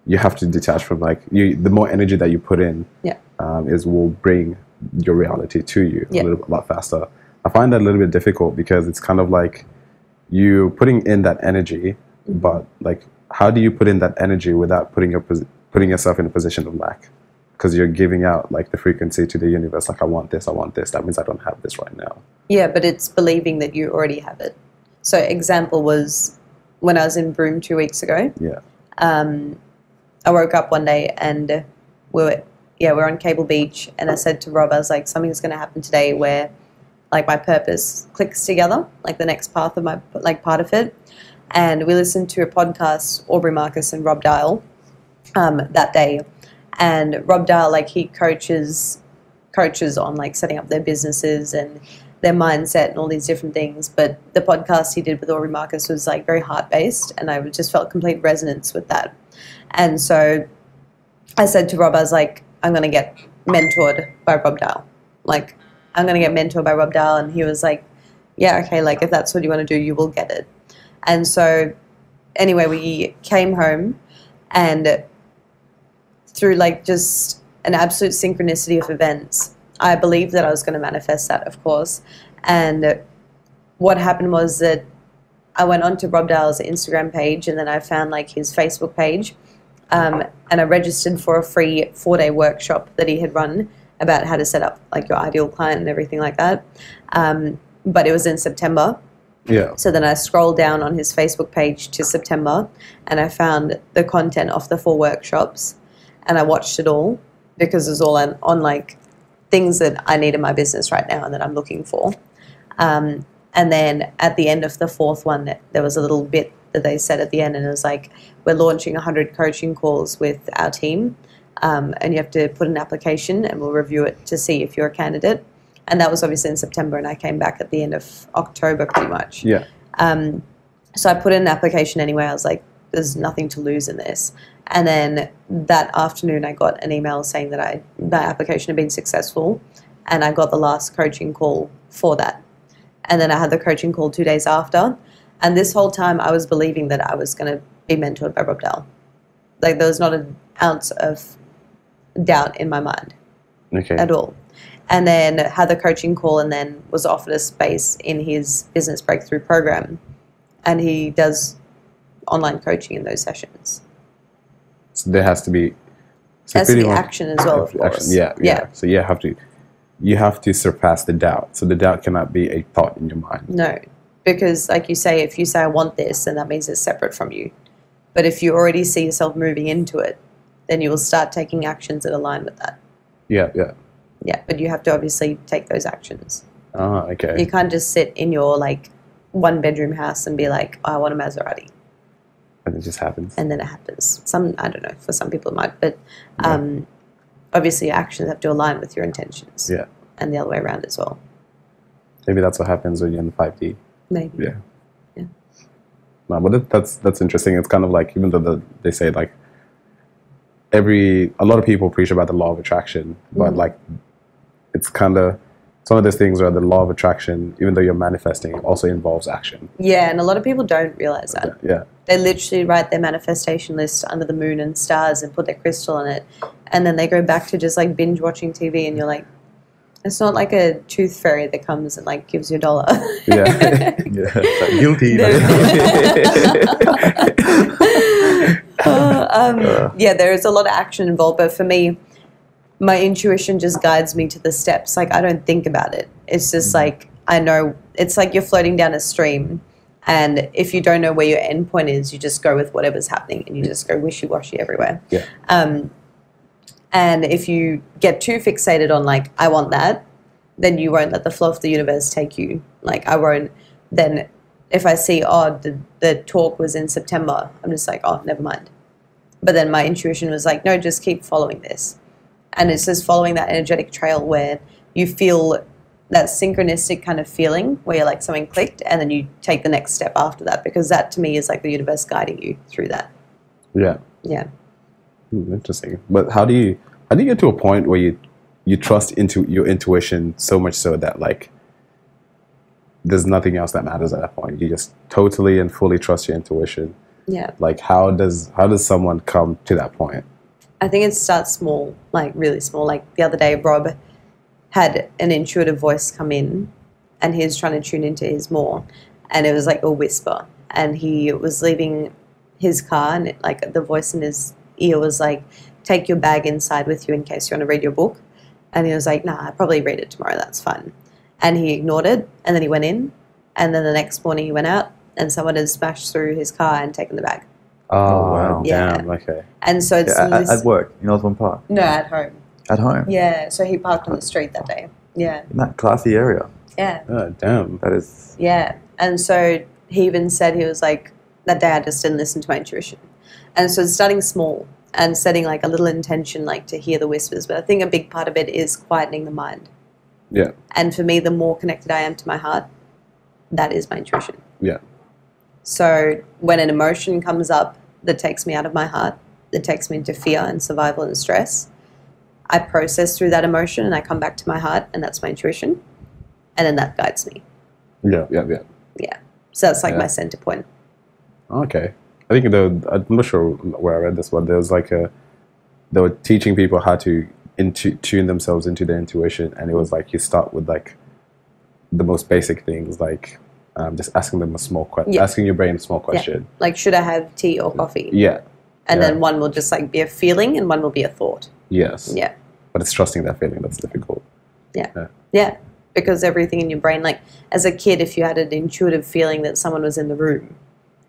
you have to detach from like you. The more energy that you put in,
Yeah.
um, is will bring your reality to you
Yeah.
a little a lot faster. I find that a little bit difficult because it's kind of like you putting in that energy,
Mm-hmm.
but like how do you put in that energy without putting your posi- putting yourself in a position of lack? Because you're giving out like the frequency to the universe, like I want this, I want this. That means I don't have this right now.
Yeah, but it's believing that you already have it. So, example was when I was in Broome two weeks ago.
Yeah.
Um, I woke up one day and we were yeah we were on Cable Beach, and I said to Rob, I was like, something's going to happen today where like my purpose clicks together, like the next path of my like part of it. And we listened to a podcast, Aubrey Marcus and Rob Dial, um, that day. And Rob Dial, like he coaches coaches on like setting up their businesses and their mindset and all these different things. But the podcast he did with Aubrey Marcus was like very heart based, and I just felt complete resonance with that. And so I said to Rob, I was like, I'm going to get mentored by Rob Dahl. Like, I'm going to get mentored by Rob Dahl. And he was like, Yeah, okay, like if that's what you want to do, you will get it. And so, anyway, we came home and through like just an absolute synchronicity of events, I believed that I was going to manifest that, of course. And what happened was that I went onto Rob Dahl's Instagram page and then I found like his Facebook page. Um, and I registered for a free four day workshop that he had run about how to set up like your ideal client and everything like that. Um, but it was in September.
Yeah.
So then I scrolled down on his Facebook page to September and I found the content of the four workshops and I watched it all because it was all on, on like things that I need in my business right now and that I'm looking for. Um, and then at the end of the fourth one, th- there was a little bit that they said at the end and it was like, we're launching 100 coaching calls with our team um, and you have to put an application and we'll review it to see if you're a candidate. And that was obviously in September, and I came back at the end of October pretty much.
Yeah.
Um, so I put in an application anyway. I was like, there's nothing to lose in this. And then that afternoon, I got an email saying that I that application had been successful, and I got the last coaching call for that. And then I had the coaching call two days after, and this whole time I was believing that I was going to be mentored by Rob Dell. Like there was not an ounce of doubt in my mind
Okay.
at all. And then had the coaching call and then was offered a space in his business breakthrough program. And he does online coaching in those sessions.
So there has to be. So
Has to
pretty
be
much-
action as well, of
action,
course.
Yeah, yeah. So yeah, have to. you have to surpass the doubt. So the doubt cannot be a thought in your mind.
No, because like you say, if you say I want this, then that means it's separate from you. But if you already see yourself moving into it, then you will start taking actions that align with that.
Yeah, yeah.
Yeah, but you have to obviously take those actions.
Ah, okay.
You can't just sit in your like one bedroom house and be like, "Oh, I want a Maserati,
and it just happens.
and then it happens. Some I don't know. For some people it might, but um, obviously your actions have to align with your intentions.
Yeah.
and the other way around as well.
Maybe that's what happens when you're in 5D.
Maybe.
Yeah.
Yeah.
No, but that, that's that's interesting. It's kind of like even though the, they say like every a lot of people preach about the law of attraction, but
Mhm.
like it's kind of it's one of those things where the law of attraction, even though you're manifesting, it also involves action.
Yeah, and a lot of people don't realize that.
Yeah,
They literally write their manifestation list under the moon and stars and put their crystal on it, and then they go back to just like binge watching TV, and you're like, it's not like a tooth fairy that comes and like gives you a dollar.
yeah.
Yeah, it's like guilty.
um, yeah, there is a lot of action involved, but for me, my intuition just guides me to the steps. Like I don't think about it. It's just like I know. It's like you're floating down a stream, and if you don't know where your end point is, you just go with whatever's happening, and you just go wishy washy everywhere.
Yeah.
Um, and if you get too fixated on like I want that, then you won't let the flow of the universe take you. Like I won't. Then if I see oh the, the talk was in September, I'm just like oh never mind. But then my intuition was like no, just keep following this, and it's just following that energetic trail where you feel that synchronistic kind of feeling where you're like something clicked and then you take the next step after that because that to me is like the universe guiding you through that
yeah.
yeah
Hmm, Interesting. But how do you how do you get to a point where you you trust into your intuition so much so that like there's nothing else that matters at that point. You just totally and fully trust your intuition.
yeah
Like how does how does someone come to that point?
I think it starts small, like really small. Like the other day, Rob had an intuitive voice come in, and he was trying to tune into his more, and it was like a whisper. And he was leaving his car, and it, like the voice in his ear was like, "Take your bag inside with you in case you want to read your book." And he was like, "Nah, I probably read it tomorrow. That's fun." And he ignored it, and then he went in, and then the next morning he went out, and someone had smashed through his car and taken the bag.
Oh, wow.
Yeah.
Damn, okay.
And so it's
Yeah, at,
this-
at work in Osborne Park.
no at home.
At home.
Yeah, so he parked on the street that day. Yeah,
In that classy area.
yeah,
Oh, damn.
That is.
yeah. And so he even said he was like, that day I just didn't listen to my intuition. And so it's starting small and setting like a little intention, like to hear the whispers. But I think a big part of it is quietening the mind.
Yeah.
And for me, the more connected I am to my heart, that is my intuition.
Yeah.
So when an emotion comes up that takes me out of my heart, that takes me into fear and survival and stress, I process through that emotion and I come back to my heart, and that's my intuition. And then that guides me.
Yeah, yeah, yeah.
So that's like
Yeah.
my center point.
Okay. I think the I'm not sure where I read this one. There was like a they were teaching people how to intu- tune themselves into their intuition, and it was like you start with like the most basic things, like um, just asking them a small question,
Yeah.
asking your brain a small question.
Like, should I have tea or coffee?
Yeah.
And
yeah.
then one will just like be a feeling and one will be a thought.
Yes.
Yeah.
But it's trusting that feeling that's difficult.
Yeah. Because everything in your brain, like as a kid, if you had an intuitive feeling that someone was in the room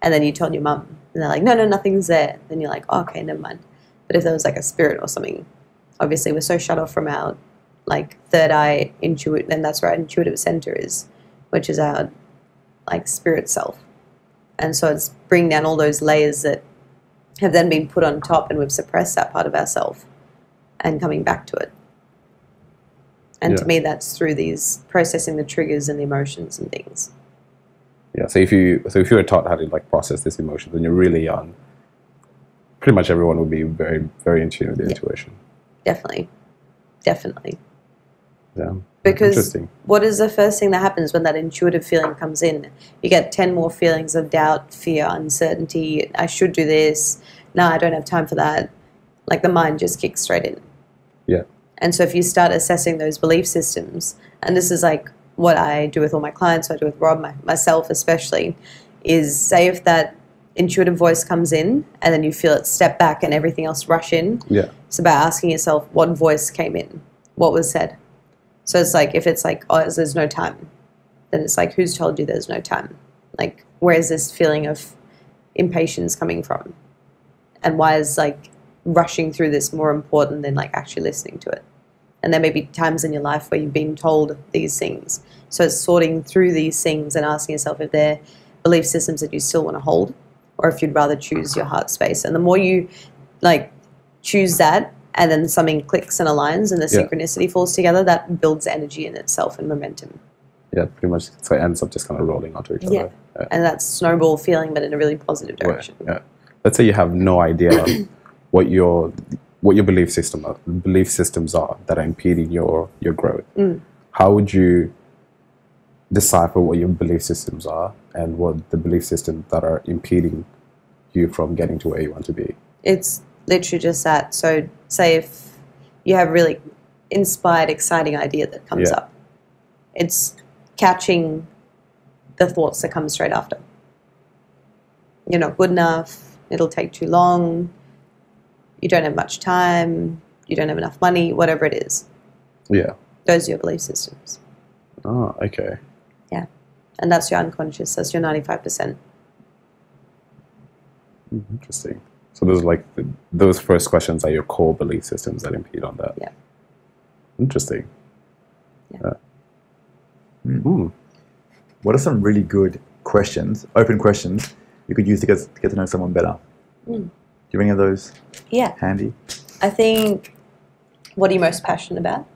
and then you told your mum and they're like, no, no, nothing's there, then you're like, oh, okay, never mind. But if there was like a spirit or something, obviously we're so shut off from our like third eye intuit, then that's where our intuitive center is, which is our like spirit self. And so it's bringing down all those layers that have then been put on top and we've suppressed that part of ourself and coming back to it. And to
Yeah.
me, that's through these processing the triggers and the emotions and things.
Yeah. So if you so if you were taught how to like process these emotions when you're really young, pretty much everyone would be very very in tune with their
Yeah.
intuition.
Definitely. Definitely.
Yeah.
Because-
interesting.
What is the first thing that happens when that intuitive feeling comes in? You get 10 more feelings of doubt, fear, uncertainty. I should do this. No, I don't have time for that. Like the mind just kicks straight in.
Yeah.
And so if you start assessing those belief systems, and this is like what I do with all my clients, what I do with Rob, my, myself especially, is say if that intuitive voice comes in and then you feel it step back and everything else rush in,
Yeah.
it's about asking yourself what voice came in, what was said, So it's like if it's like oh there's no time, then it's like who's told you there's no time? Like where is this feeling of impatience coming from? And why is like rushing through this more important than like actually listening to it? And there may be times in your life where you've been told these things. So it's sorting through these things and asking yourself if they're belief systems that you still want to hold or if you'd rather choose your heart space. And the more you like choose that and then something clicks and aligns and the
Yeah.
synchronicity falls together, that builds energy in itself and momentum.
Yeah, pretty much. So it ends up just kind of rolling onto each
Yeah.
other. Yeah.
And that's snowball feeling but in a really positive
Where-
direction.
yeah. Let's say you have no idea what your what your belief system are, belief systems are that are impeding your your growth.
Mm.
How would you decipher what your belief systems are and what the belief systems that are impeding you from getting to where you want to be?
It's literally just that. So say if you have really inspired, exciting idea that comes
Yeah.
up. It's catching the thoughts that come straight after. You're not good enough, it'll take too long, you don't have much time, you don't have enough money, whatever it is.
Yeah.
Those are your belief systems.
Oh, okay.
And that's your unconscious, that's your ninety five percent.
Mm, Interesting. So those are like the, those first questions are your core belief systems that impede on that.
Yeah.
Interesting. Uh,
Yeah.
Mm.
Mm.
What are some really good questions, open questions, you could use to get, to get to know someone better?
Mm.
Do you have any of those
Yeah.
handy?
I think what are you most passionate about?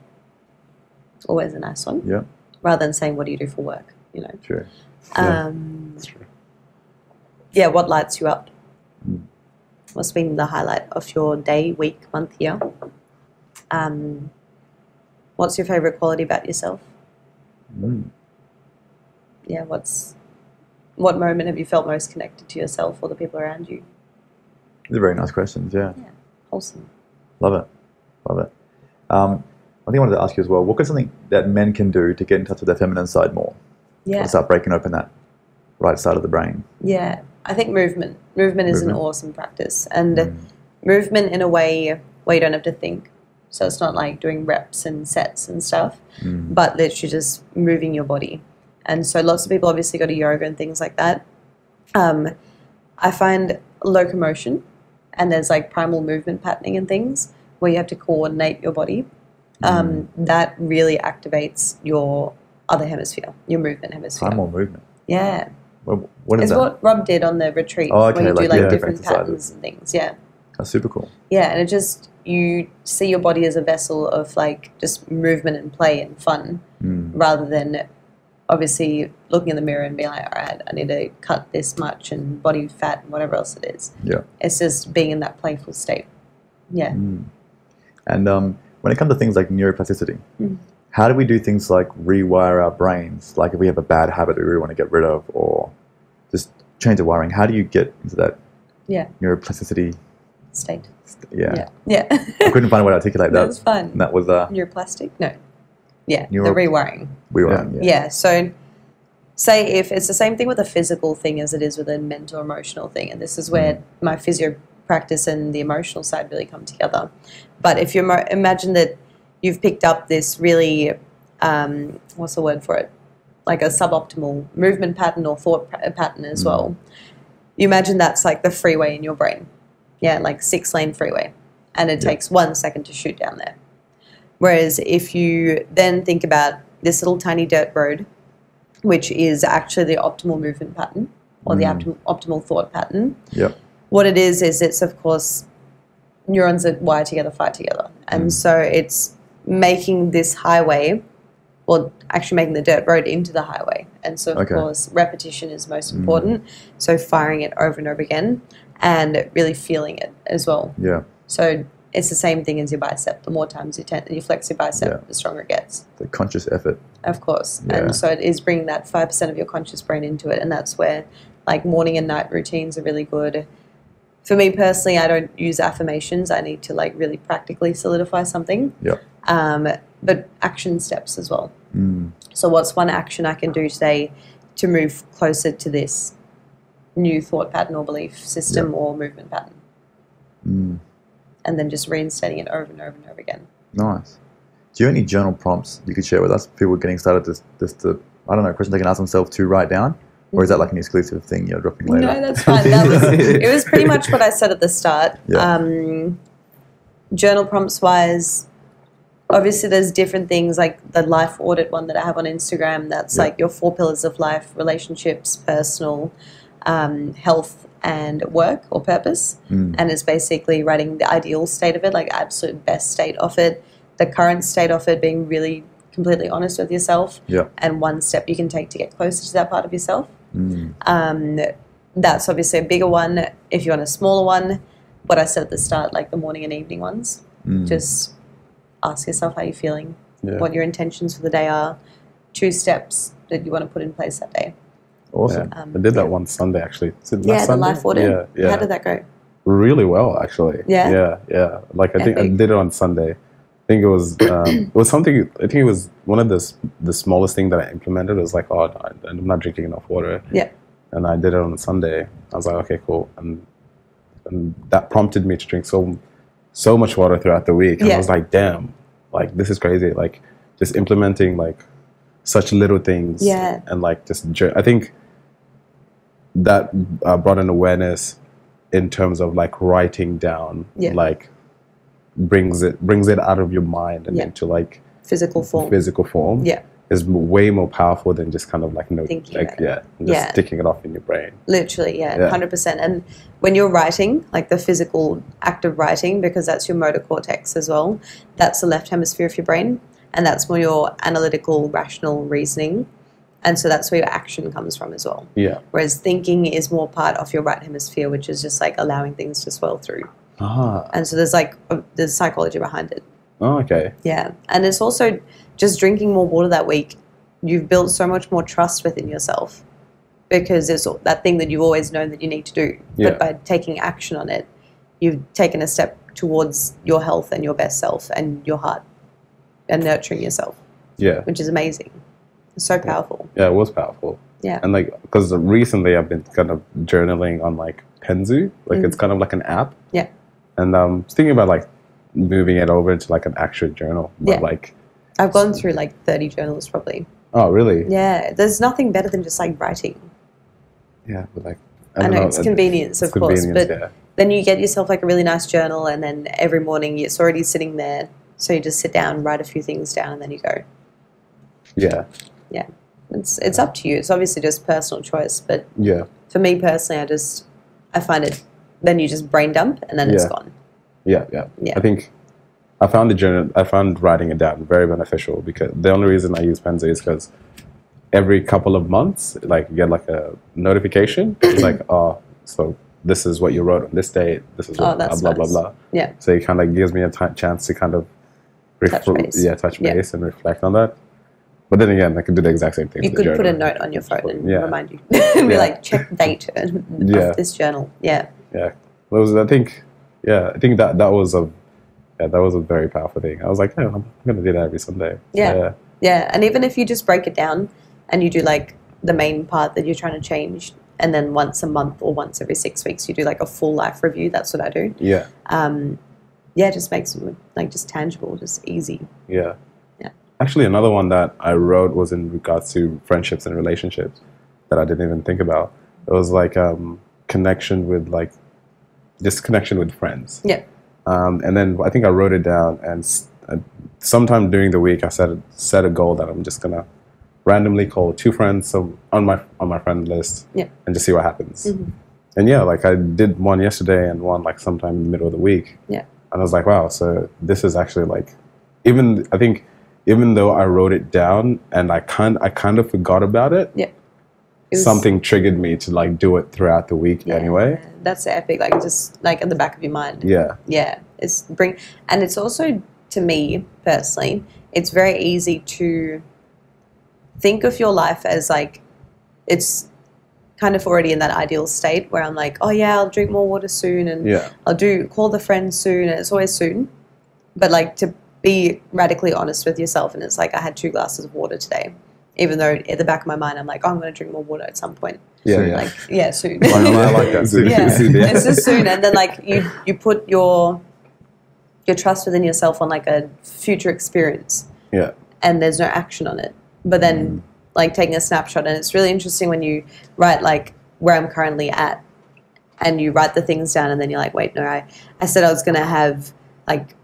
It's always a nice one.
Yeah.
Rather than saying what do you do for work, you know.
Sure.
Yeah.
Um,
That's true.
yeah, what lights you up?
Mm.
What's been the highlight of your day, week, month, year? Um, what's your favorite quality about yourself?
Mm.
Yeah, what's what moment have you felt most connected to yourself or the people around you?
These are very nice questions, yeah.
Wholesome.
Love it. Love it. Um, I think I wanted to ask you as well, what could something that men can do to get in touch with their feminine side more?
Yeah,
To start breaking open that right side of the brain.
yeah. I think movement. Movement is an
Movement. Mm.
awesome practice, and movement in a way where you don't have to think. So it's not like doing reps and sets and stuff.
Mm.
but literally just moving your body. And so lots of people obviously go to yoga and things like that. Um, I find locomotion and there's like primal movement patterning and things where you have to coordinate your body. Um,
Mm.
That really activates your other hemisphere, your movement hemisphere.
Primal movement.
Yeah.
Well, What is
It's
that?
what Rob did on the retreat
Oh, okay,
when you do
like,
like
yeah,
different
exercises.
patterns and things. Yeah.
That's super cool.
Yeah, and it just you see your body as a vessel of like just movement and play and fun,
Mm.
rather than obviously looking in the mirror and being like, all right, I need to cut this much and body fat and whatever else it is.
Yeah.
It's just being in that playful state. Yeah.
Mm. And um, when it comes to things like neuroplasticity,
Mhm.
how do we do things like rewire our brains? Like if we have a bad habit that we really want to get rid of or just change the wiring, how do you get into that
Yeah.
neuroplasticity?
State.
st- Yeah.
Yeah. Yeah.
I couldn't find a way to articulate that.
That's fun.
And that was uh,
Neuroplastic? No. Yeah.
Neuro-
the rewiring.
we were
Yeah.
on, yeah.
yeah so say if it's the same thing with a physical thing as it is with a mental emotional thing and this is where
Mm.
my physio practice and the emotional side really come together but if you mo- imagine that you've picked up this really um, what's the word for it like a suboptimal movement pattern or thought pa- pattern as
Mm.
well you imagine that's like the freeway in your brain yeah like six lane freeway and it
Yeah.
takes one second to shoot down there Whereas if you then think about this little tiny dirt road, which is actually the optimal movement pattern or the
Mm.
optim- optimal thought pattern,
Yep.
what it is is it's of course neurons that wire together fight together, and
Mm.
so it's making this highway, well, actually making the dirt road into the highway, and so of
Okay.
course repetition is most
Mm.
important. So firing it over and over again, and really feeling it as well.
Yeah.
So it's the same thing as your bicep. The more times you, ten- you flex your bicep,
Yeah.
the stronger it gets,
The conscious effort.
of course.
Yeah.
And so it is bringing that 5% of your conscious brain into it. And that's where like morning and night routines are really good. For me personally, I don't use affirmations. I need to like really practically solidify something.
Yeah.
Um, but action steps as well.
Mm.
So, what's one action I can do today to move closer to this new thought pattern or belief system or movement pattern?
Mm.
And then just reinstating it over and over and over again.
Nice. Do you have any journal prompts you could share with us? People getting started, just, just the, I don't know, questions they can ask themselves to write down? Or is that like an exclusive thing you're dropping later?
No, that's fine. That was, it was pretty much what I said at the start.
Yeah.
Um, journal prompts wise, obviously there's different things like the life audit one that I have on Instagram. That's
Yeah.
like your four pillars of life: relationships, personal, um, health, and work or purpose.
Mm.
And it's basically writing the ideal state of it, like absolute best state of it, the current state of it, being really completely honest with yourself,
Yeah.
and one step you can take to get closer to that part of yourself.
Mm.
Um, that's obviously a bigger one. If you want a smaller one, what I said at the start, like the morning and evening ones,
Mm.
just ask yourself how you're feeling,
Yeah.
what your intentions for the day are, two steps that you want to put in place that day.
awesome.
Yeah.
Um,
I did that one Sunday actually. Is it last
Yeah, the
Sunday?
life order.
Yeah, yeah.
How did that go?
really well actually.
Yeah?
yeah, yeah. Like I think I
Epic.
did it on Sunday. I think it was um, it was something. I think it was one of the s- the smallest thing that I implemented. It was like, oh, no, I'm not drinking enough water.
Yeah.
And I did it on Sunday. I was like, okay, cool, and and that prompted me to drink so so much water throughout the week. And
Yeah.
I was like, damn, like this is crazy. Like just implementing like such little things.
Yeah.
And like just jour- I think that uh, brought an awareness in terms of like writing down
Yeah.
like brings it brings it out of your mind and
Yeah.
into like
Physical form.
physical form
Yeah.
is m- way more powerful than just kind of like no
Thinking
like
about it.
yeah just
Yeah.
sticking it off in your brain
Literally, yeah,
Yeah.
100%. And when you're writing, like the physical act of writing, because that's your motor cortex as well, that's the left hemisphere of your brain, and that's more your analytical, rational reasoning. And so that's where your action comes from as well.
yeah
Whereas thinking is more part of your right hemisphere, which is just like allowing things to swirl through.
ah
And so there's like a, there's psychology behind it.
oh, okay
Yeah. And it's also just drinking more water that week. You've built so much more trust within yourself because it's that thing that you've always known that you need to do.
Yeah.
But by taking action on it, you've taken a step towards your health and your best self and your heart and nurturing yourself,
yeah
which is amazing. It's so powerful.
yeah it was powerful
Yeah.
and like because recently I've been kind of journaling on like Penzu like
Mm.
it's kind of like an app
Yeah.
and I'm um, thinking about like moving it over into like an actual journal but
Yeah.
like
I've gone through like 30 journals probably.
oh really
Yeah. There's nothing better than just like writing.
yeah but like
I,
don't
know, it's
uh,
convenience,
it's
of course,
convenience,
but
yeah.
then you get yourself like a really nice journal and then every morning it's already sitting there so you just sit down write a few things down and then you go
Yeah,
it's it's up to you it's obviously just personal choice but
yeah,
for me personally i just i find it then you just brain dump and then it's
Yeah.
gone
yeah, yeah.
Yeah.
I think I found the journal. I found writing it down very beneficial because the only reason I use Penza is because every couple of months, like you get like a notification, it's like, oh, so this is what you wrote on this date. This is
Oh,
what,
that's
blah blah
nice.
blah blah.
Yeah.
So it kind of gives me a ti- chance to kind of
Touch base.
yeah, touch
Yeah.
base and reflect on that. But then again, I could do the exact same thing.
you
with the
could put a
journal.
note on your phone and
Yeah.
remind you and be
Yeah.
like check date of
Yeah.
this journal yeah
That was, I think, yeah, I think that that was a, yeah, that was a very powerful thing. I was like, yeah, I'm gonna do that every Sunday.
Yeah. yeah and even if you just break it down and you do like the main part that you're trying to change and then once a month or once every six weeks you do like a full life review that's what i do
yeah,
um, yeah, it just makes it like just tangible, just easy.
yeah,
Yeah.
Actually, another one that I wrote was in regards to friendships and relationships that I didn't even think about. It was like um, connection with like, just connection with friends.
Yeah.
Um, and then I think I wrote it down, and s- uh, sometime during the week I set a, set a goal that I'm just gonna randomly call two friends so on my on my friend list
Yeah.
and just see what happens.
Mhm.
And yeah, like I did one yesterday and one like sometime in the middle of the week.
Yeah.
And I was like, wow, so this is actually like even I think even though I wrote it down and I kind I kind of forgot about it,
It was-
something triggered me to like do it throughout the week
yeah,
anyway.
That's epic. Like just like at the back of your mind.
Yeah.
yeah it's bring and it's also to me personally it's very easy to think of your life as like it's kind of already in that ideal state where i'm like oh yeah i'll drink more water soon and
Yeah.
i'll do call the friend soon and it's always soon but like to be radically honest with yourself and it's like i had two glasses of water today even though at the back of my mind i'm like oh i'm going to drink more water at some point
Yeah. yeah.
like yeah soon
I like that.
Zoom,
Yeah.
zoom, yeah.
it's just soon and then like you you put your your trust within yourself on like a future experience
Yeah.
and there's no action on it. But then like taking a snapshot and it's really interesting when you write like where I'm currently at and you write the things down and then you're like, wait, no, I, I said I was gonna have like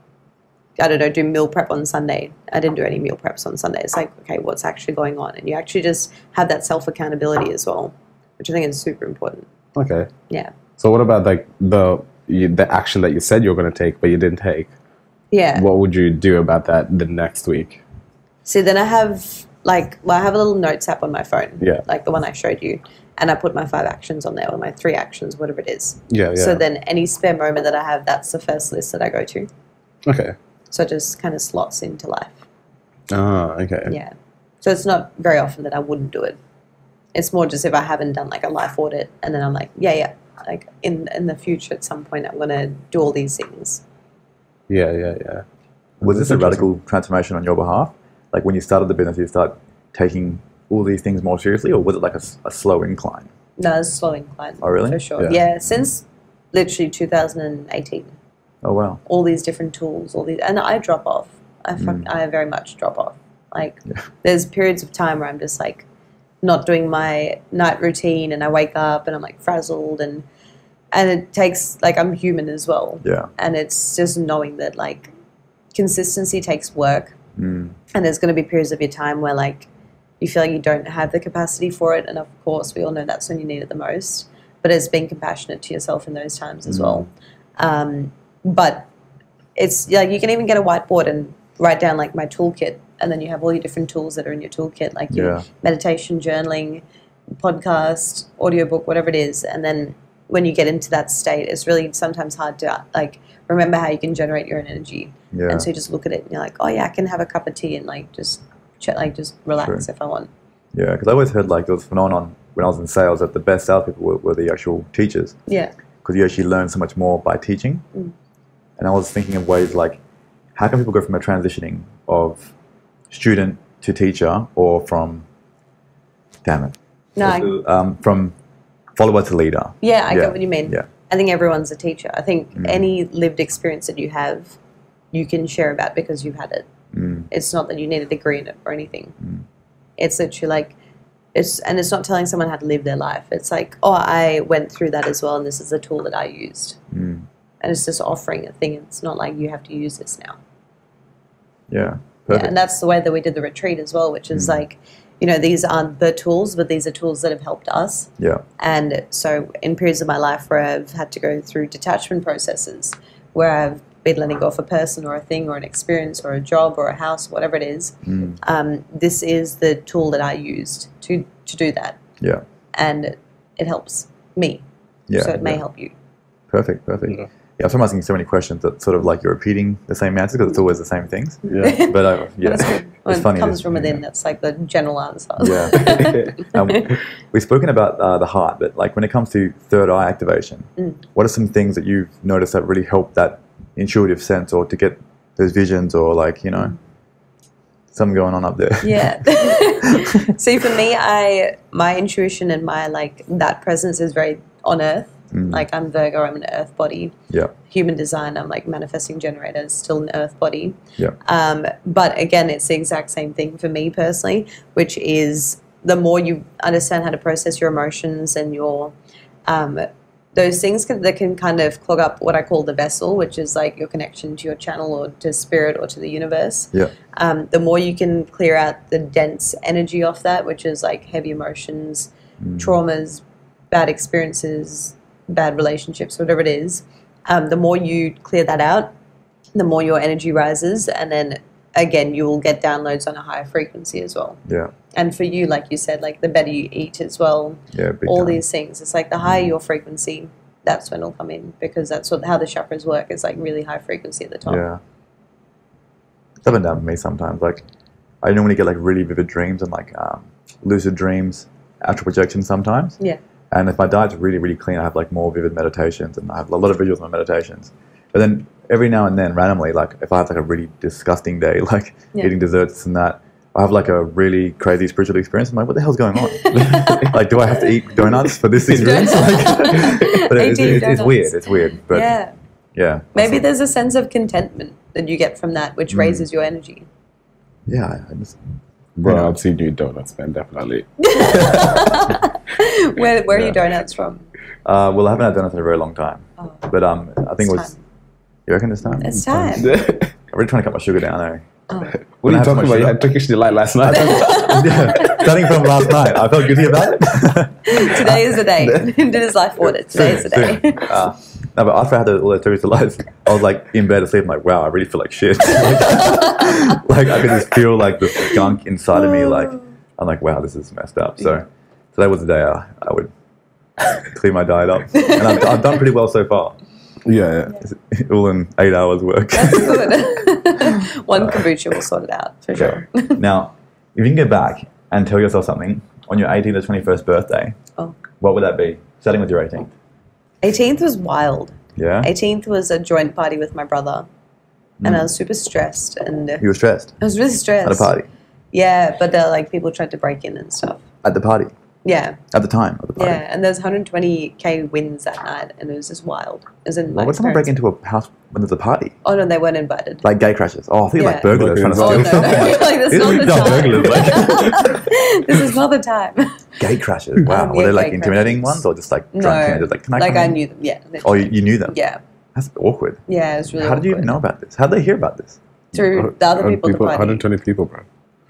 I don't know, do meal prep on Sunday. I didn't do any meal preps on Sunday. It's like, okay, what's actually going on? And you actually just have that self accountability as well, which I think is super important.
Okay.
Yeah.
So what about like the you, the action that you said you were going to take but you didn't take?
Yeah.
What would you do about that the next week?
See, then I have like, well, I have a little notes app on my phone,
Yeah.
like the one I showed you, and I put my five actions on there or my three actions, whatever it is.
Yeah. Yeah.
So then any spare moment that I have, that's the first list that I go to.
okay.
So it just kind of slots into life.
Ah. Okay.
Yeah. So it's not very often that I wouldn't do it. It's more just if I haven't done like a life audit and then I'm like, yeah, yeah, like in in the future at some point I'm gonna do all these things.
Yeah. Yeah. Yeah.
Was
That's
this a
interesting.
radical transformation on your behalf? Like when you started the business, you start taking all these things more seriously, or was it like a, s- a slow incline?
No, it's a slow incline.
Oh, really?
For sure.
Yeah.
Yeah. Since literally 2018,
Oh wow!
all these different tools, all these, and I drop off. I fuck,
Mm.
I very much drop off. Like
Yeah.
there's periods of time where I'm just like not doing my night routine, and I wake up and I'm like frazzled, and and it takes like I'm human as well,
Yeah.
and it's just knowing that like consistency takes work,
Mm.
and there's going to be periods of your time where like you feel like you don't have the capacity for it, and of course we all know that's when you need it the most. But it's being compassionate to yourself in those times
Mm.
as well. Um, but it's like you can even get a whiteboard and write down like my toolkit, and then you have all your different tools that are in your toolkit, like your
Yeah.
meditation, journaling, podcast, audiobook, whatever it is. And then when you get into that state, it's really sometimes hard to like remember how you can generate your own energy.
Yeah.
And so you just look at it and you're like, oh yeah, I can have a cup of tea and like just ch- like just relax if I want.
Yeah. Because I always heard like there was a phenomenon when I was in sales that the best salespeople were, were the actual teachers.
Yeah,
because you actually learn so much more by teaching.
Mm.
And I was thinking of ways like, how can people go from a transitioning of student to teacher, or from, damn it,
no, I,
um, from follower to leader?
yeah, I
Yeah,
get what you mean.
yeah.
I think everyone's a teacher. I think
Mm.
any lived experience that you have, you can share about because you've had it.
Mm,
It's not that you need a degree in it or anything.
Mm.
It's literally like it's and it's not telling someone how to live their life. It's like, oh, I went through that as well, and this is a tool that I used,
mm,
and it's just offering a thing. It's not like you have to use this now.
yeah,
Yeah,
perfect.
and that's the way that we did the retreat as well, which is
Mm.
like, you know, these aren't the tools, but these are tools that have helped us.
Yeah.
And so, in periods of my life where I've had to go through detachment processes, where I've been letting go of a person or a thing or an experience or a job or a house, whatever it is,
Mm,
um, this is the tool that I used to, to do that.
Yeah.
And it, it helps me.
yeah.
so it may
yeah.
help you.
Perfect, perfect.
Yeah.
Yeah. yeah, so I'm asking so many questions that sort of like you're repeating the same answers because it's always the same things.
Yeah.
But I,
That's
yeah,
good. When it
funny,
comes
isn't
from
it?
within, that's like the general answer.
yeah. Um, we've spoken about uh, the heart, but like when it comes to third eye activation,
Mm.
what are some things that you've noticed that really help that intuitive sense or to get those visions or like you
Mm.
know something going on up there?
yeah see for me i my intuition and my like that presence is very on earth
Mm.
like i'm virgo i'm an earth body
Yeah.
human design i'm like manifesting generator still an earth body
Yeah.
um, but again it's the exact same thing for me personally which is the more you understand how to process your emotions and your um, those things can, that can kind of clog up what i call the vessel which is like your connection to your channel or to spirit or to the universe um, the more you can clear out the dense energy off that, which is like heavy emotions,
Mm.
traumas, bad experiences, bad relationships, whatever it is, um, the more you clear that out, the more your energy rises. And then again, you will get downloads on a higher frequency as well.
Yeah,
And for you, like you said, like the better you eat as well,
yeah, big
all
time. Hmm.
these things. It's like the higher your frequency, that's when it'll come in because that's what, how the chakras work. It's like really high frequency at the top.
Yeah, it's up and down for me sometimes. Like I normally get like really vivid dreams and like um, lucid dreams, astral projections sometimes.
Yeah.
And if my diet's really, really clean, I have like more vivid meditations and I have a lot of visuals in my meditations. But then every now and then, randomly, like if I have like a really disgusting day, like
Yeah.
eating desserts this and that, I have like a really crazy spiritual experience. I'm like, what the hell's going on? like, do I have to eat donuts for this experience? Like, but it, it's- it's, it's
Donuts.
weird. It's weird. But
yeah.
Yeah.
Maybe
Awesome.
there's a sense of contentment that you get from that, which
Mm.
raises your energy.
Yeah. I just,
Bro,
Yeah.
I'd see you donuts, man, definitely.
where where are
Yeah.
your donuts from?
uh, well, I haven't had donuts in a very long time,
Oh,
but um, I think
It's
it was.
time.
You reckon it's time?
it's time.
what
I'm really trying to cut my sugar down, though.
Oh.
When
are you
I have too
talking
much
about? You
sugar-
had Turkish delight last night.
yeah, starting from last night, I felt guilty about it.
Today is the day. Did his life order. Today is the day.
Soon, soon. Uh, no, but after I had all those Turkish delights, I was like in bed asleep. I'm like, wow, I really feel like shit. like, I could just feel like the gunk inside of me.
Oh.
Like I'm like, wow, this is messed up. So today was the day I, I would clean my diet up, and I've, I've done pretty well so far.
yeah, yeah.
all in eight hours work.
That's good. One kombucha will sort it out for sure.
now, if you can go back and tell yourself something on your 18th to 21st birthday,
Oh.
what would that be? Starting with your 18th.
18th was wild.
Yeah.
18th was a joint party with my brother, and I was super stressed and I
Mm. You were stressed
was really stressed.
at a party.
Yeah, but uh, like people tried to break in and stuff.
At the party.
Yeah,
At the time. At the party.
yeah, and there's 120k wins that night, and it was just wild. It was in
Why
my
would someone break
parents-
into a house when there's a party?
Oh no, they weren't invited.
Like gay crashes. Oh, I think like
Yeah.
burglars trying to
Oh
steal
no, no. like that's
something. These
not the
are dumb
time.
burglars,
this is not the time.
Gay crashes. Wow.
Um,
were
yeah,
they like
gay
intimidating
crashes.
ones or just like drunk
No,
teenagers? Like, can I
like
come
I
in?
knew them. Yeah.
Oh, you, you knew them?
Yeah,
That's awkward.
yeah. It was really.
How did you even
awkward.
know about this? How did they hear about this?
Through the other people, at the party.
120 people, bro.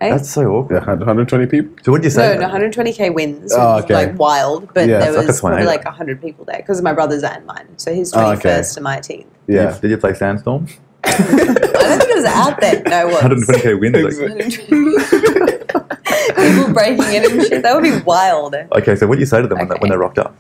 eh?
That's so
Yeah,
awkward.
120 people.
So what did you say?
No, no, 120k wins, which
Oh,
is,
okay.
like wild, but
Yeah,
there
it's like a
was probably
tornado.
like 100 people there because my brother's and mine, so he's
Oh,
21st
okay.
and my 18th.
Yeah. Did
Yeah.
you, did you play Sandstorm?
I don't think it was out there. No, it was.
120k wins. Like,
Exactly.
people breaking in and shit. That would be wild.
okay, so what did you say to them when, they,
Okay.
when they rocked up?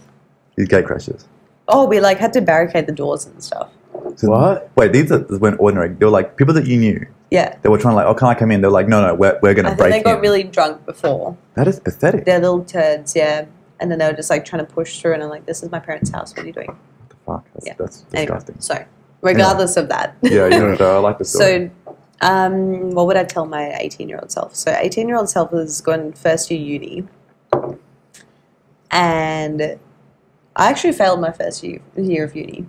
These gay crashes.
Oh, we like had to barricade the doors and stuff.
So-
What?
Wait, these are, this weren't ordinary. They were like people that you knew.
Yeah.
They were trying to like, oh, can I come in? They're like, no, no, we're, we're going
I
to
think
break
they got
in.
really drunk before.
that is pathetic.
They're little turds, yeah. And then they were just like trying to push through, and I'm like, this is my parents' house. What are you doing?
Fuck, that's,
Yeah.
that's
Anyway,
disgusting.
so regardless of that.
Yeah, yeah, so I like the story.
So, um, what would I tell my 18 year old self? So, 18 year old self was going first year uni. And I actually failed my first year, year of uni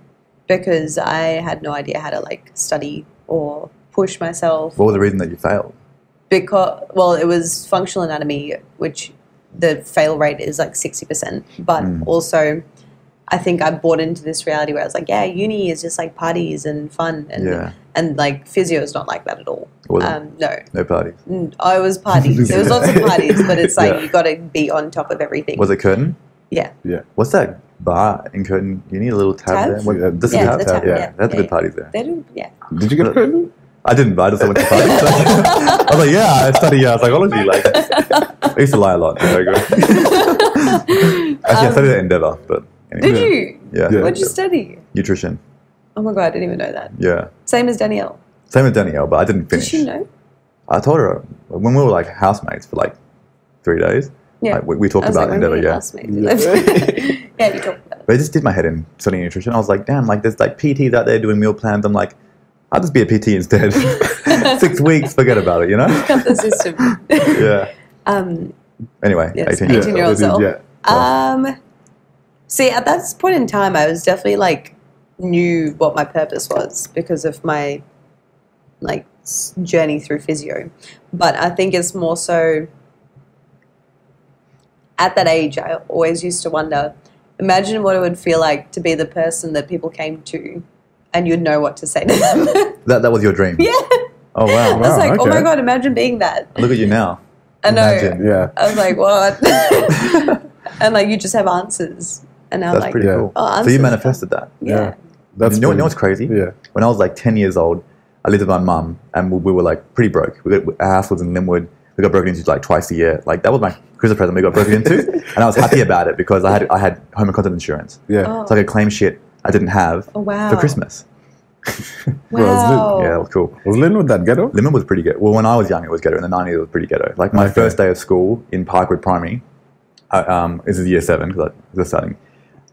because I had no idea how to like study or push myself.
what was the reason that you failed?
Because, well, it was functional anatomy, which the fail rate is like 60%. But
Mm.
also, I think I bought into this reality where I was like, yeah, uni is just like parties and fun. And,
yeah,
and like physio is not like that at all.
it wasn't.
Um, no,
no parties.
Mm, oh, it was parties. There was lots of parties, but it's like
Yeah.
you got to be on top of everything.
Was it Curtin?
Yeah.
Yeah.
What's that bar in Curtin? You need a little tab,
Tab?
there. What,
Yeah,
just
Yeah,
a tab,
the
tab.
tab,
Yeah,
yeah.
that's
Yeah,
a good
yeah.
party there.
They do, yeah.
Did you get pregnant?
I didn't, but I just went to parties. I was like, yeah, I study uh, psychology. Like, I used to lie a lot. so I go- Actually, I
Um,
studied at Endeavour, but anyway.
Did you?
Yeah.
Yeah.
What did you study?
Nutrition.
Oh my god, I didn't even know that.
Yeah.
Same as Danielle.
Same with Danielle, but I didn't
Did
finish.
she know?
I told her when we were like housemates for like three days.
Yeah.
like, we, we talked
I was
about
like,
Endeavour,
"Remember your
yeah.
housemate?" Yeah. you talked about it.
But it just did my head in studying nutrition. I was like, damn, like there's like PTs out there doing meal plans. I'm like, I'll just be a PT instead. Six weeks, forget about it, you know?
Cut the system.
Yeah.
um,
Anyway,
Yes.
18.
18 year
I
old
did,
self.
Yeah.
um, see, at that point in time, I was definitely like knew what my purpose was because of my like s- journey through physio. But I think it's more so at that age, I always used to wonder imagine what it would feel like to be the person that people came to and you'd know what to say to them.
That, that was your dream.
yeah.
Oh,
I
wow.
Wow,
was like, oh my
okay.
God, imagine being that.
Look at you now.
I know.
Imagine.
Yeah.
I was like, what? and like, you just have answers. And I'm
That's
like,
pretty
Yeah.
cool.
Oh,
so you
answers.
manifested that.
yeah.
That's
you know, you
pretty-
know what's crazy?
Yeah.
When I was like 10 years old, I lived with my mum and we, we were like pretty broke. We got, our house was in Linwood. We got broken into like twice a year. Like that was my Christmas present we got broken into. and I was happy about it because I had, I had home and content insurance.
Yeah.
Oh,
So I could claim shit I didn't have
oh, wow. Oh.
for Christmas.
Bro, it's lit.
Wow.
Yeah, that was cool.
Was Lynn with that ghetto?
Lemon was pretty ghetto. Well, when I was young, it was ghetto. In the 90s, it was pretty ghetto. Like my
Okay.
first day of school in Parkwood Primary, I, um, this is year seven because I was starting.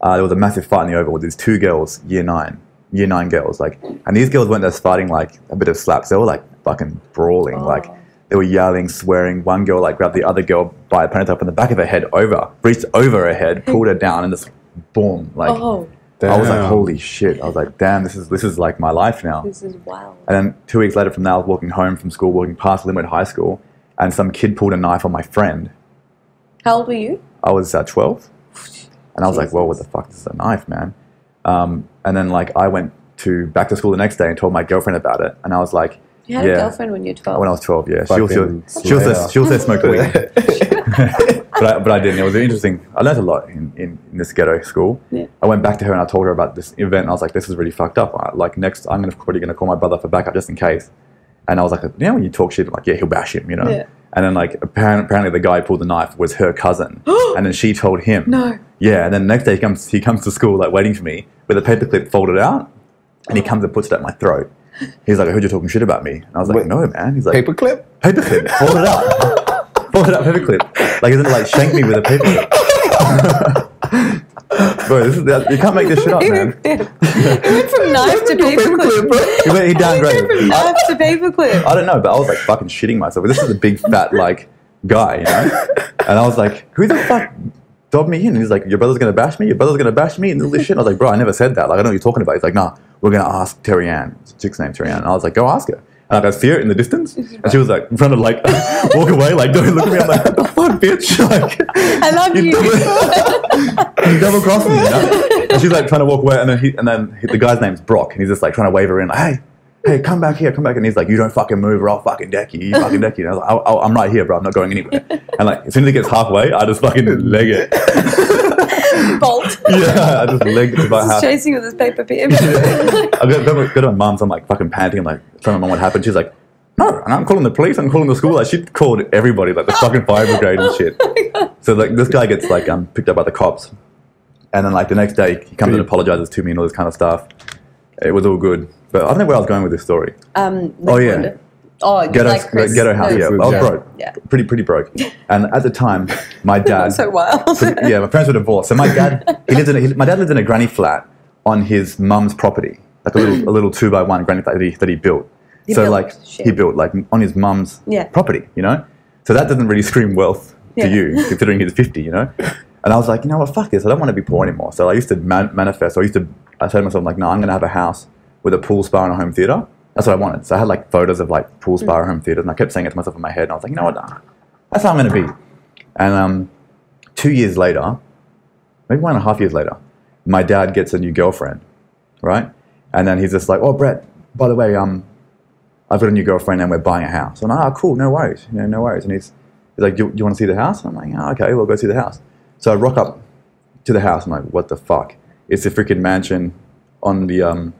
Uh, there was a massive fight in the oval with these two girls, year nine, year nine girls. Like, and these girls weren't just fighting like a bit of slaps. They were like fucking brawling.
Oh.
Like they were yelling, swearing. One girl like grabbed the other girl by a ponytail from the back of her head over, reached over her head, pulled her down, and just boom, like
oh,
I was like,
Damn.
holy shit. I was like, damn, this is this is like my life now.
This is wild.
And then two weeks later from that, I was walking home from school, walking past Limwood High School, and some kid pulled a knife on my friend.
How old were you?
I was uh, 12. And I was like, well, what the fuck? This is a knife, man. Um, and then, like, I went to back to school the next day and told my girlfriend about it. And I was like,
You had
Yeah.
a girlfriend when you were twelve.
when I was 12, yeah. She
Fucking
also, she also,
slayer.
she also smoked weed. but, I, but I didn't. It was interesting. I learned a lot in, in, in this ghetto school.
Yeah.
I went back to her and I told her about this event. And I was like, this is really fucked up. I, like, next, I'm gonna, probably going to call my brother for backup just in case. And I was like, you know, when you talk shit, I'm like, yeah, he'll bash him, you know?
Yeah.
And then, like, apparently, apparently the guy who pulled the knife was her cousin. and then she told him.
No.
Yeah, and then the next day he comes, he comes to school, like, waiting for me with a paperclip folded out. And he
Oh.
comes and puts it at my throat. He's like, I heard you talking shit about me. And I was like,
Wait.
no, man. He's like,
Paperclip?
paperclip. Fold it up. Fold it up, paperclip. Like, isn't it like shank me with a paperclip? bro, this is, you can't make this shit up, man.
it went from knife to paperclip.
He, went- he
It went
downgraded.
from knife to paperclip.
I don't know, but I was like fucking shitting myself. This is a big fat like guy, you know? And I was like, who the fuck dobbed me in? And he's like, your brother's gonna bash me, your brother's gonna bash me, and all this shit. And I was like, bro, I never said that. Like, I don't know what you're talking about. He's like, nah, we're gonna ask Terry Ann. It's a chick's name Terry Ann. And I was like, go ask her. And like, I see her in the distance, and she was like, in front of like, walk away, like, don't look at me. I'm like, what the fuck, bitch? Like,
I love
you
you.
double, you double crossed me. You know? And she's like trying to walk away, and then he, and then he, the guy's name's Brock, and he's just like trying to wave her in, like, hey, hey, come back here, come back, and he's like, you don't fucking move, or I'll fucking deck you, you fucking deck you. And I was like, I'll, I'll, I'm right here, bro, I'm not going anywhere. And like, as soon as he gets halfway, I just fucking leg it.
Bolt.
Yeah, I just legged it about
Just
half.
chasing with his paper paper.
I go, go, go to my mum's. I'm like fucking panting. I'm like telling my mum what happened. She's like, no. And I'm calling the police. I'm calling the school. Like she called everybody, like the fucking fire brigade and shit.
Oh
so like this guy gets like um picked up by the cops, and then like the next day he comes and apologizes to me and all this kind of stuff. It was all good, but I don't know where I was going with this story.
um,
Oh, yeah.
Liquid. Oh,
Ghetto,
like Chris.
ghetto house.
No.
Yeah, Oh, Uh, I was
Yeah.
broke.
Yeah.
pretty pretty broke. And at the time, my dad.
So wild.
So, yeah, my parents were divorced. So my dad, he lives in a, he, my dad lives in a granny flat on his mum's property, like a little a little two by one granny flat that he, that he built.
He
so
built
like
shit.
he built like on his mum's
Yeah.
property, you know. So that doesn't really scream wealth
Yeah.
to you, considering he's fifty, you know. And I was like, you know what, fuck this. I don't want to be poor anymore. So I used to man- manifest. I used to. I said to myself, like, no, I'm gonna have a house with a pool spa and a home theater. That's what I wanted. So I had like photos of like pool spa, home theaters, and I kept saying it to myself in my head. And I was like, you know what, nah, that's how I'm gonna be. And um, two years later, maybe one and a half years later, my dad gets a new girlfriend, right? And then he's just like, "Oh, Brett, by the way, um, I've got a new girlfriend and we're buying a house." I'm like, "Ah, cool, no worries, you know, no worries." And he's, he's like, "You, you want to see the house?" I'm like, "Ah, okay, we'll go see the house." So I rock up to the house. I'm like, "What the fuck? It's a freaking mansion on the um,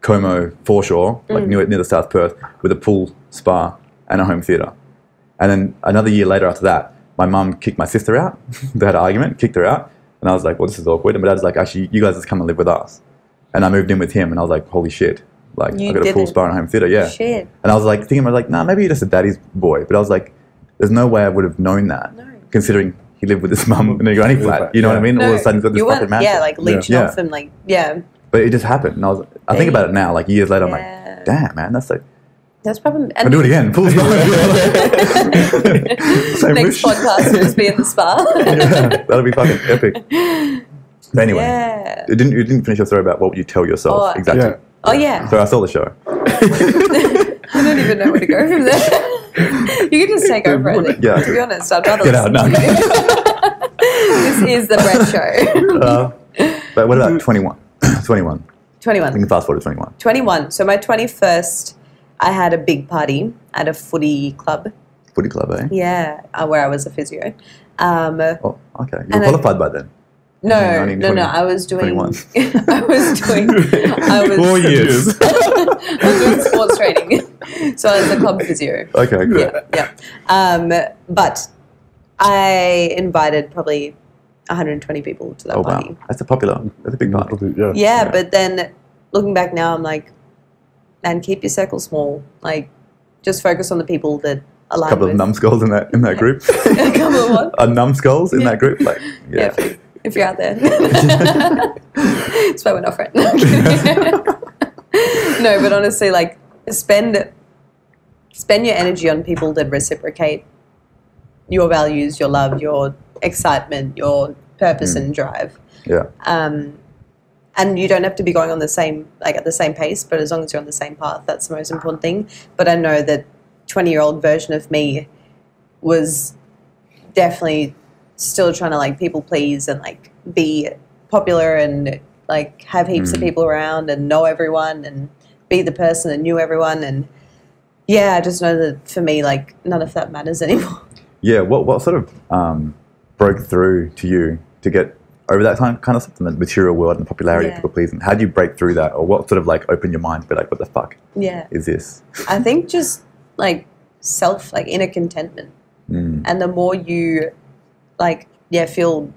Como foreshore,
Mm.
like near, near the South Perth, with a pool, spa, and a home theater." And then another year later after that, my mum kicked my sister out. they had an argument, kicked her out. And I was like, well, this is awkward. And my dad's like, actually, you guys just come and live with us. And I moved in with him and I was like, holy shit. Like,
You
I got a
didn't-
pool spa and a home theater, yeah.
Shit.
And I was like, thinking, I was like, nah, maybe you're just a daddy's boy. But I was like, there's no way I would have known that,
No.
considering he lived with his mum in a granny flat. You know what I mean? All of a sudden, he's got this
you
fucking
weren't,
mansion.
yeah, like leeching
Yeah.
off him, like yeah.
But it just happened. And I was, I think about it now, like years later, I'm
Yeah.
like, damn, man, that's like,
That's probably.
I'll
And
do it again. Pool spa. Same
next
wish.
podcast will just be in the spa.
yeah, that'll be fucking epic. But anyway,
Yeah.
it didn't, you didn't finish your story about what would you tell yourself
Oh,
exactly.
Yeah.
Oh yeah.
So I saw the show.
I don't even know where to go from there. you can just take over. I think.
Yeah.
To be honest, I'd rather
Get out now.
This is the Brett Show.
Uh, but what about 21? 21. We
21.
can fast forward to 21.
21. So my 21st, I had a big party at a footy club.
Footy club, eh?
Yeah, uh, where I was a physio. Um,
Oh, okay. You
And
were
I-
qualified by then.
no,
19,
no, no.
20,
I was doing.
21.
I was doing. I was,
years.
I was doing sports training. so I was a club physio.
okay, cool.
yeah, yeah. Um, but I invited probably 120 people to that
Oh,
party.
wow. That's a popular, that's a big party.
Yeah.
Yeah, but then looking back now, I'm like, man, keep your circle small. Like, just focus on the people that
A
align
couple
with.
of numbskulls in that, in that group.
a couple of what?
Are numbskulls in
Yeah.
that group? Like,
Yeah.
yeah.
if, you- if you're out there, that's why we're not friends. no, but honestly, like, spend spend your energy on people that reciprocate your values, your love, your excitement, your purpose and drive.
yeah.
Um, and you don't have to be going on the same like at the same pace but as long as you're on the same path that's the most important thing but i know that 20 year old version of me was definitely still trying to like people please and like be popular and like have heaps of
Mm.
people around and know everyone and be the person that knew everyone and yeah i just know that for me like none of that matters anymore
Yeah, what what sort of um, broke through to you to get over that time kind of stuff, the material world and the popularity
Yeah.
of people pleasing? How do you break through that, or what sort of like opened your mind to be like, what the fuck
yeah
is this?
i think just like self like inner contentment
Mm.
and the more you like yeah feel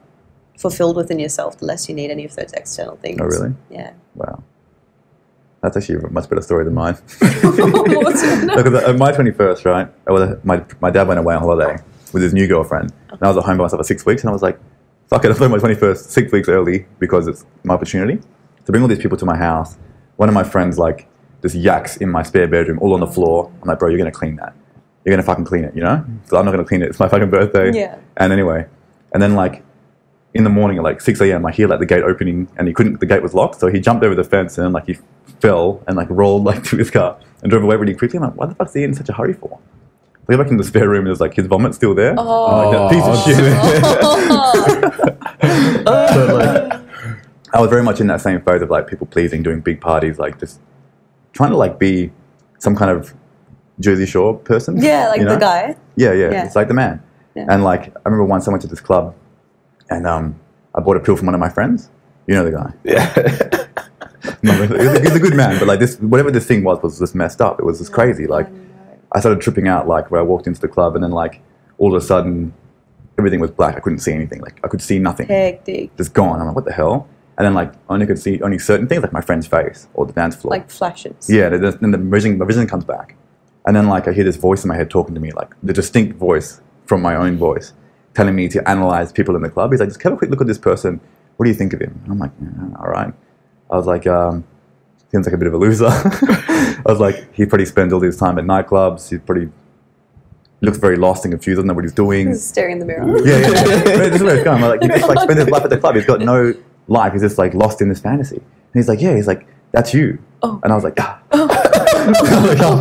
fulfilled within yourself the less you need any of those external things
Oh, really?
yeah
Wow, that's actually a much better story than mine.
What's your-
Look, at uh, my twenty first, right? I was, my my dad went away on holiday with his new girlfriend, and I was at home by myself for six weeks, and I was like, "Fuck it, I'm throwing my twenty first six weeks early because it's my opportunity to bring all these people to my house." One of my friends like just yaks in my spare bedroom, all on the floor. I'm like, "Bro, you're gonna clean that. You're gonna fucking clean it, you know?" So I'm not gonna clean it. It's my fucking birthday.
Yeah.
And anyway, and then like in the morning at like 6 a.m. I hear like the gate opening and he couldn't, the gate was locked. So he jumped over the fence and like he fell and like rolled like to his car and drove away really quickly. I'm like, why the fuck's he in such a hurry for? I go back in the spare room and there's like his vomit's still there.
Oh.
I'm
Oh,
like, that piece of shit. so, like, I was very much in that same phase of like people pleasing, doing big parties, like just trying to like be some kind of Jersey Shore person.
yeah like
you
the
know?
guy
Yeah, yeah,
Yeah.
It's like the man.
Yeah.
And like I remember once I went to this club and um, I bought a pill from one of my friends. You know the guy.
Yeah.
No, he's a- he's a good man, but like this, whatever this thing was, was just messed up. It was just crazy. Like, I started tripping out, like where I walked into the club, and then like all of a sudden, everything was black. I couldn't see anything. Like I could see nothing,
hectic
just gone. I'm like, what the hell? And then like only could see only certain things, like my friend's face or the dance floor.
like flashes
yeah, then- then the vision, my vision comes back, and then like I hear this voice in my head talking to me, like the distinct voice from my own voice, telling me to analyze people in the club. He's like, just have a quick look at this person. What do you think of him? And I'm like, yeah, all right. I was like, um, seems like a bit of a loser. I was like, he probably spends all his time at nightclubs. He probably looks very lost and confused. doesn't know what he's doing.
staring in the mirror
Yeah, yeah, yeah. But this is where it's going. I'm like, he just like spends his life at the club. He's got no life. He's just like lost in this fantasy. And he's like, yeah. He's like, that's you.
Oh.
And I was like, ah.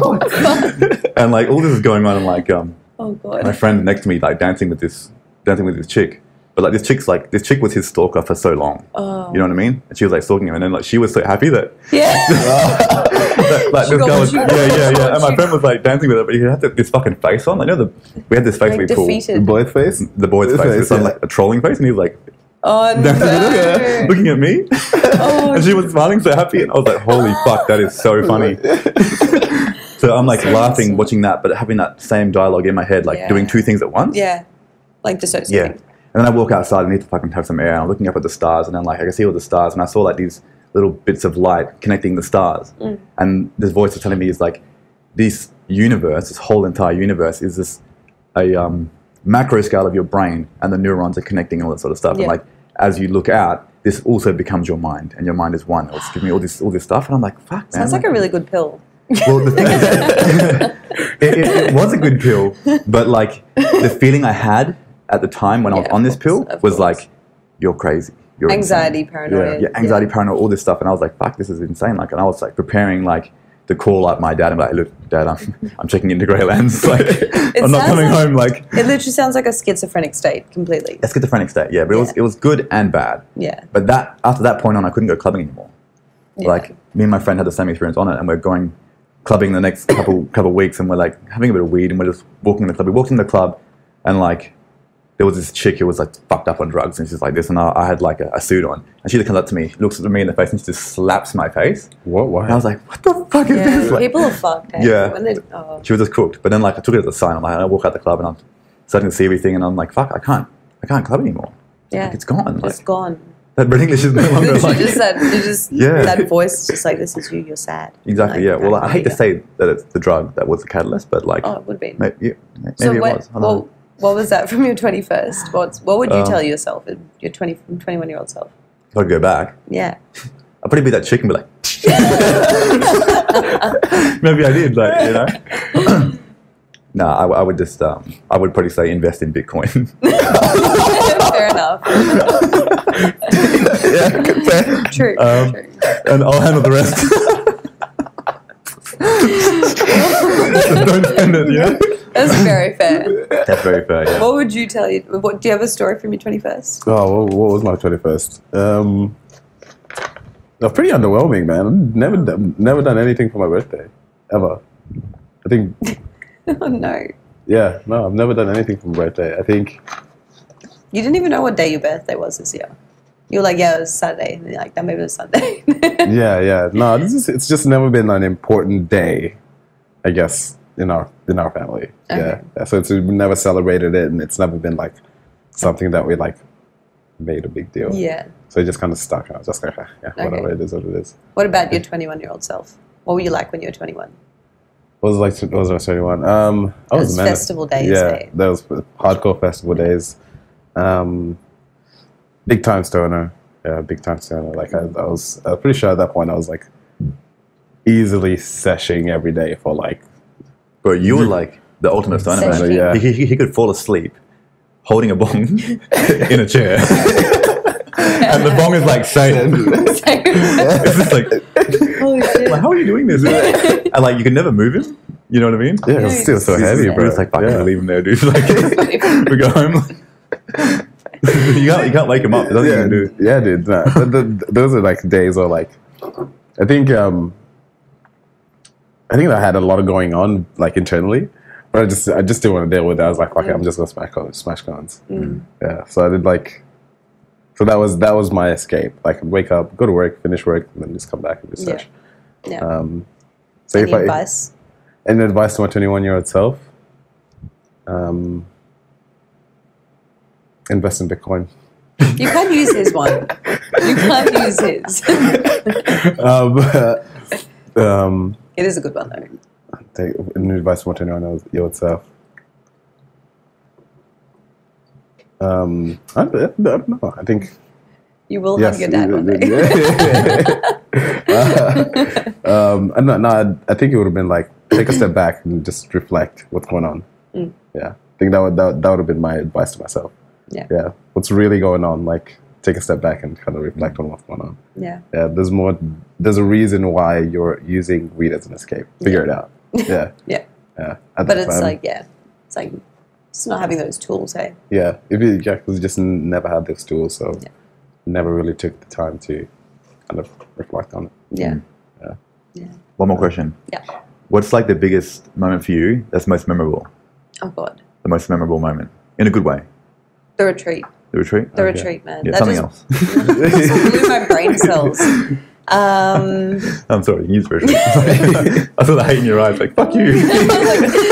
and like all this is going on, and like um,
oh
my
god
friend next to me like dancing with this dancing with this chick. But like this chick's like this chick was his stalker for so long.
oh
You know what I mean? And she was like stalking him, and then like she was so happy that
yeah
like, like
She
this
got
guy
what
was
she
yeah
wanted.
yeah
She got
yeah.
what
And my
she-
friend was like dancing with her, but he had this fucking face on. I know the we had this face
Like,
we call
The
defeated.
boy face?
the boy's
This
face.
face,
It's like
yeah.
a trolling face, and he was like
oh
dancing with her,
no
looking at me,
oh,
and she was smiling so happy, and I was like, "Holy fuck, that is so funny." so I'm like laughing, watching that, but having that same dialogue in my head, like
Yeah.
doing two things at once.
yeah like
Yeah.
dissociating
And then I walk outside, I need to fucking have some air. I'm looking up at the stars, and I'm like, I can see all the stars, and I saw like these little bits of light connecting the stars.
Mm.
And this voice was telling me is like, this universe, this whole entire universe, is this a um, macro scale of your brain, and the neurons are connecting and all that sort of stuff.
Yeah.
And like, as you look out, this also becomes your mind, and your mind is one. It's giving me all this, all this stuff, and I'm like, fuck, man.
sounds like a really good pill
Well, the thing is, it, it, it was a good pill, but like the feeling I had at the time when I was
Yeah,
on this
of course,
pill
of
was
course.
like, you're crazy. You're
Anxiety,
insane."
paranoia,
Yeah, yeah anxiety, paranoia, all this stuff. And I was like, fuck, this is insane. Like, and I was like preparing like to call up my dad and be like, look, dad, I'm, I'm checking into Greylands. Like, I'm not
sounds
coming
like-
home. Like,
it literally sounds like a schizophrenic state completely
a schizophrenic state. Yeah, but it was
Yeah.
it was good and bad.
yeah
But that after that point on, I couldn't go clubbing anymore.
Yeah.
Like me and my friend had the same experience on it, and we're going clubbing the next couple couple weeks, and we're like having a bit of weed, and we're just walking in the club. We walked in the club, and like there was this chick who was like fucked up on drugs, and she's like this, and I, I had like a, a suit on, and she comes up to me, looks at me in the face, and she just slaps my face,
What? Why?
and I was like, what the fuck is
yeah
this? Like,
people are fucked eh?
Yeah.
when they oh
she was just cooked. But then like I took it as a sign. I'm like, I walk out the club, and I'm starting to see everything, and I'm like, fuck, I can't, I can't club anymore.
yeah
Like, it's gone. Like
it's gone
that British English is no longer
Literally
like.
just that, you just
Yeah.
that voice, is just like this is you. You're sad.
Exactly.
Like,
yeah. Well,
that-
I hate to say that it's the drug that was the catalyst, but like,
Oh, it would be.
may- yeah, may- maybe,
so
it
what?
was. I don't
What,
know.
what was that from your twenty first? What What would you
Um,
tell yourself, your 20, 21 year old self?
If I go back,
Yeah.
I'd probably be that chick and be like, maybe I did, like you know. No, I, w- I would just, um, I would probably say invest in Bitcoin.
Fair enough.
yeah, good plan.
True.
Um,
true.
and I'll handle the rest. Don't spend it, yeah?
That's very fair.
That's very fair, yeah.
What would you tell you? What do you have a story from your twenty first?
Oh, what, what was my twenty first? Um, no, pretty underwhelming, man. Never, done- never done anything for my birthday, ever. I think,
Oh no,
yeah, no, I've never done anything for my birthday. I think,
you didn't even know what day your birthday was this year. You were like, yeah, it was Saturday, and you're like, that maybe it was Sunday.
yeah, yeah, no, this is, it's just never been an important day, I guess, in our in our family. Yeah,
Okay.
Yeah, so it's we never celebrated it, and it's never been like something that we like made a big deal.
yeah.
So it just kind of stuck. and I was just like, "Ah, yeah,
Okay.
whatever it is, what it is.
What about your twenty one year old self? What were you like when you were twenty one?
What was it like? What was I twenty one? Um, I
It
was,
was
mad.
festival days,
Yeah,
eh?
that was hardcore festival days. Um, big time stoner. Yeah, big time stoner. Like I, I was, I was pretty sure at that point I was like easily seshing every day for like
Bro, you were like the ultimate stoner man.
Session.
Yeah.
He, he, he could fall asleep holding a bong in a chair. and the bong is like saying, it's just like,
Holy shit.
like, how are you doing this? And like, you could never move him. You know what I mean?
yeah, it
Yeah,
was
you
still
just
so
sit
heavy,
there.
bro.
It's like, fuck,
yeah.
yeah. leave him there, dude. Like, we go home. you, can't, you can't wake him up. There's nothing you
yeah,
can do.
dude. Yeah, dude. Nah. Th- th- th- those are like days where like I think um I think I had a lot of going on like internally, but I just I just didn't want to deal with it. I was like, fuck
Mm.
it, I'm just gonna smash cons, smash cons. Yeah. So I did like so that was that was my escape. Like I'd wake up, go to work, finish work, and then just come back and do
Yeah.
such.
Yeah.
Um, so
Any
if I,
advice?
any advice to my 21 year old self? Um, invest in Bitcoin.
You can't use his one. You can't use his.
um, um,
it is a good one though.
take new advice from what anyone else yourself. Um, I, I don't know. I think
You will
yes.
hug your dad one day.
um, no, no. I'd- I think it would have been like take a step back and just reflect what's going on.
Mm.
Yeah, I think that would that, that would have been my advice to myself.
Yeah.
yeah. What's really going on? Like, take a step back and kind of reflect on what's going on.
Yeah.
Yeah, there's more. There's a reason why you're using weed as an escape. Figure it out. Yeah,
Yeah.
yeah. At
But
that
it's
time.
like, yeah. It's like it's not having those tools, hey.
yeah, if you yeah, 'cause you just n- never had those tools, so
Yeah.
never really took the time to kind of reflect on it.
Yeah.
One more question.
Yeah.
What's like the biggest moment for you that's most memorable?
Oh god.
The most memorable moment? In a good way.
The retreat.
The retreat?
The
Okay.
retreat, man.
yeah,
that
something
just
else.
blew my brain cells. Um
I'm sorry, you version. I saw the hate in your eyes, like, fuck you.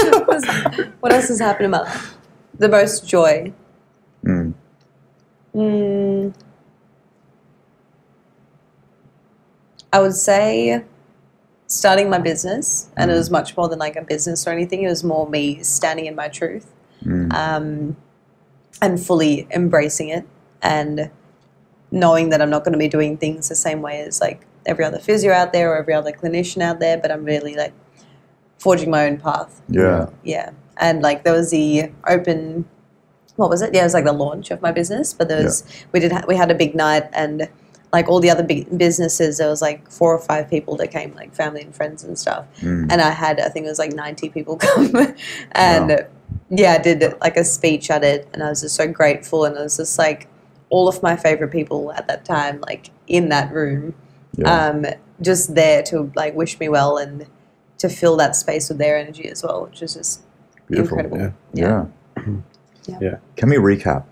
what else has happened in my life? The most joy.
Mm.
Mm. I would say starting my business, and it was much more than like a business or anything. It was more me standing in my truth
Mm.
um, and fully embracing it and knowing that I'm not going to be doing things the same way as like every other physio out there or every other clinician out there, but I'm really like forging my own path
Yeah.
yeah and like there was the open what was it yeah it was like the launch of my business but there was we did ha- we had a big night and like all the other big businesses there was like four or five people that came like family and friends and stuff
Mm.
and i had i think it was like 90 people come and
Wow.
yeah i did like a speech at it and i was just so grateful and it was just like all of my favorite people at that time like in that room
Yeah.
um, just there to like wish me well and to fill that space with their energy as well, which is just
Beautiful.
incredible.
yeah.
yeah.
Yeah.
Yeah.
Can we recap?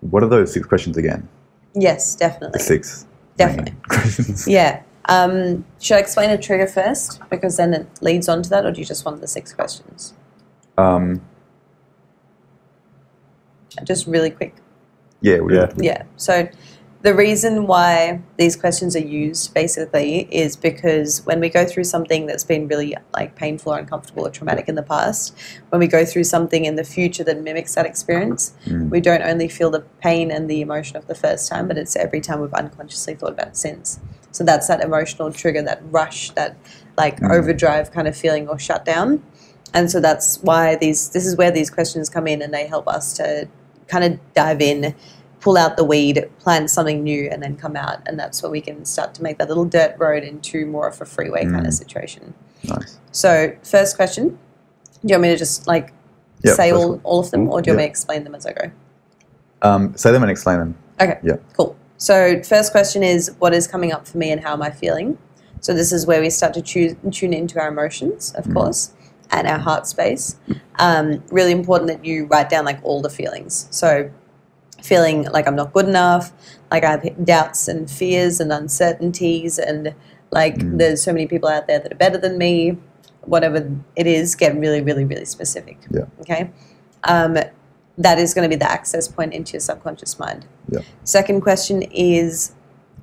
What are those six questions again?
Yes,
The
definitely.
six.
Definitely.
main Questions.
Yeah. Um, should I explain a trigger first? Because then it leads on to that, or do you just want the six questions?
Um,
Just really quick.
yeah. we-
Yeah.
Yeah. So the reason why these questions are used basically is because when we go through something that's been really like painful or uncomfortable or traumatic in the past, when we go through something in the future that mimics that experience,
Mm.
we don't only feel the pain and the emotion of the first time, but it's every time we've unconsciously thought about it since. So that's that emotional trigger, that rush, that like overdrive kind of feeling or shutdown. and so that's why these this is where these questions come in and they help us to kind of dive in pull out the weed plant something new and then come out and that's where we can start to make that little dirt road into more of a freeway
Mm.
kind of situation
Nice.
so first question do you want me to just like
Yeah,
say
first
all, all of them or do you want me
yeah.
to explain them as i go
Um, say them and explain them.
Okay.
Yeah.
Cool. So first question is what is coming up for me and how am I feeling? So this is where we start to choose, tune into our emotions,
Mm-hmm.
of course, and our heart space. Um, really important that you write down like all the feelings. So feeling like I'm not good enough, like I have doubts and fears and uncertainties, and like
Mm.
there's so many people out there that are better than me. Whatever it is, get really, really, really specific.
Yeah.
Okay. Um, that is going to be the access point into your subconscious mind.
Yeah.
Second question is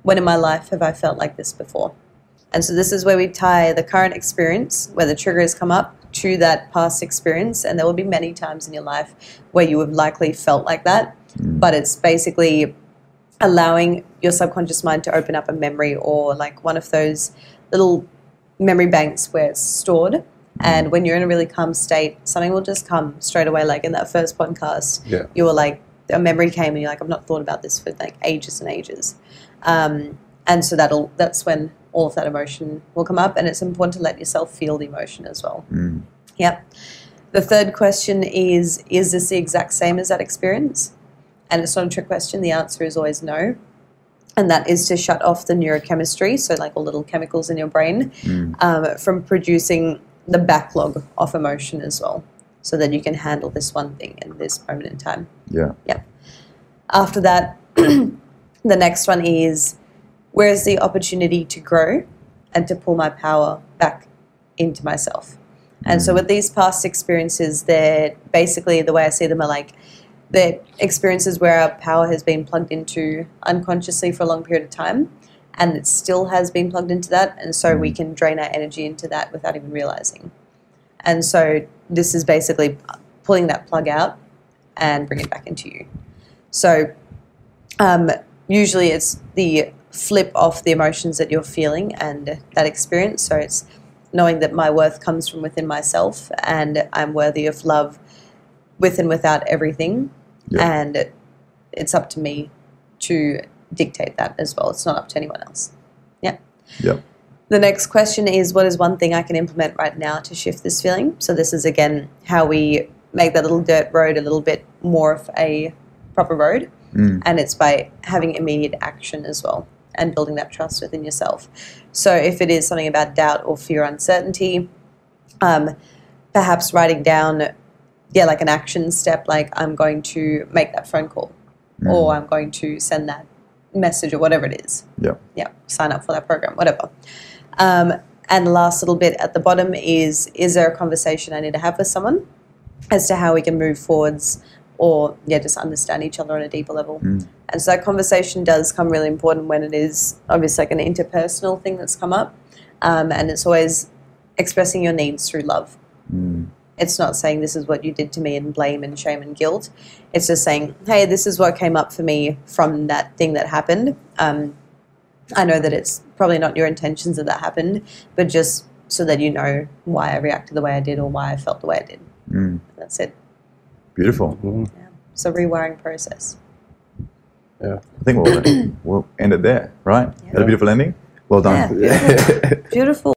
when in my life have I felt like this before? And so this is where we tie the current experience, where the trigger has come up, to that past experience. And there will be many times in your life where you have likely felt like that. But it's basically allowing your subconscious mind to open up a memory or like one of those little memory banks where it's stored. And when you're in a really calm state, something will just come straight away. Like in that first podcast,
Yeah.
you were like, a memory came and you're like, I've not thought about this for like ages and ages. Um, and so that'll that's when all of that emotion will come up. And it's important to let yourself feel the emotion as well.
Mm.
Yep. The third question is Is this the exact same as that experience? And it's not a trick question. The answer is always no. And that is to shut off the neurochemistry, so like all little chemicals in your brain,
Mm.
um, from producing the backlog of emotion as well, so that you can handle this one thing in this moment in time.
Yeah.
After that, the next one is where's the opportunity to grow and to pull my power back into myself? And so, with these past experiences, they're basically the way I see them are like the experiences where our power has been plugged into unconsciously for a long period of time and it still has been plugged into that. And so, we can drain our energy into that without even realizing. And so, this is basically uh, pulling that plug out and bringing it back into you. So um, usually it's the flip of the emotions that you're feeling and that experience. So it's knowing that my worth comes from within myself and I'm worthy of love with and without everything.
Yeah.
And it's up to me to dictate that as well. It's not up to anyone else. Yeah.
Yeah.
The next question is what is one thing I can implement right now to shift this feeling? So this is again how we make that little dirt road a little bit more of a proper road
Mm.
and it's by having immediate action as well and building that trust within yourself. So if it is something about doubt or fear, uncertainty, um, perhaps writing down, yeah, like an action step, like I'm going to make that phone call, or I'm going to send that message, or whatever it is.
Yeah.
Yeah, sign up for that program, whatever. Um, and the last little bit at the bottom is: is there a conversation I need to have with someone as to how we can move forwards, or yeah, just understand each other on a deeper level.
Mm.
And so that conversation does come really important when it is obviously like an interpersonal thing that's come up, um, and it's always expressing your needs through love.
Mm.
It's not saying this is what you did to me and blame and shame and guilt. It's just saying, hey, this is what came up for me from that thing that happened. Um, I know that it's probably not your intentions that that happened, but just so that you know why I reacted the way I did or why I felt the way I did.
Mm.
That's it.
Beautiful.
Mm.
It's a rewiring process.
I think we'll, we'll end it there, right? Is that a beautiful ending? Well done.
Yeah, beautiful.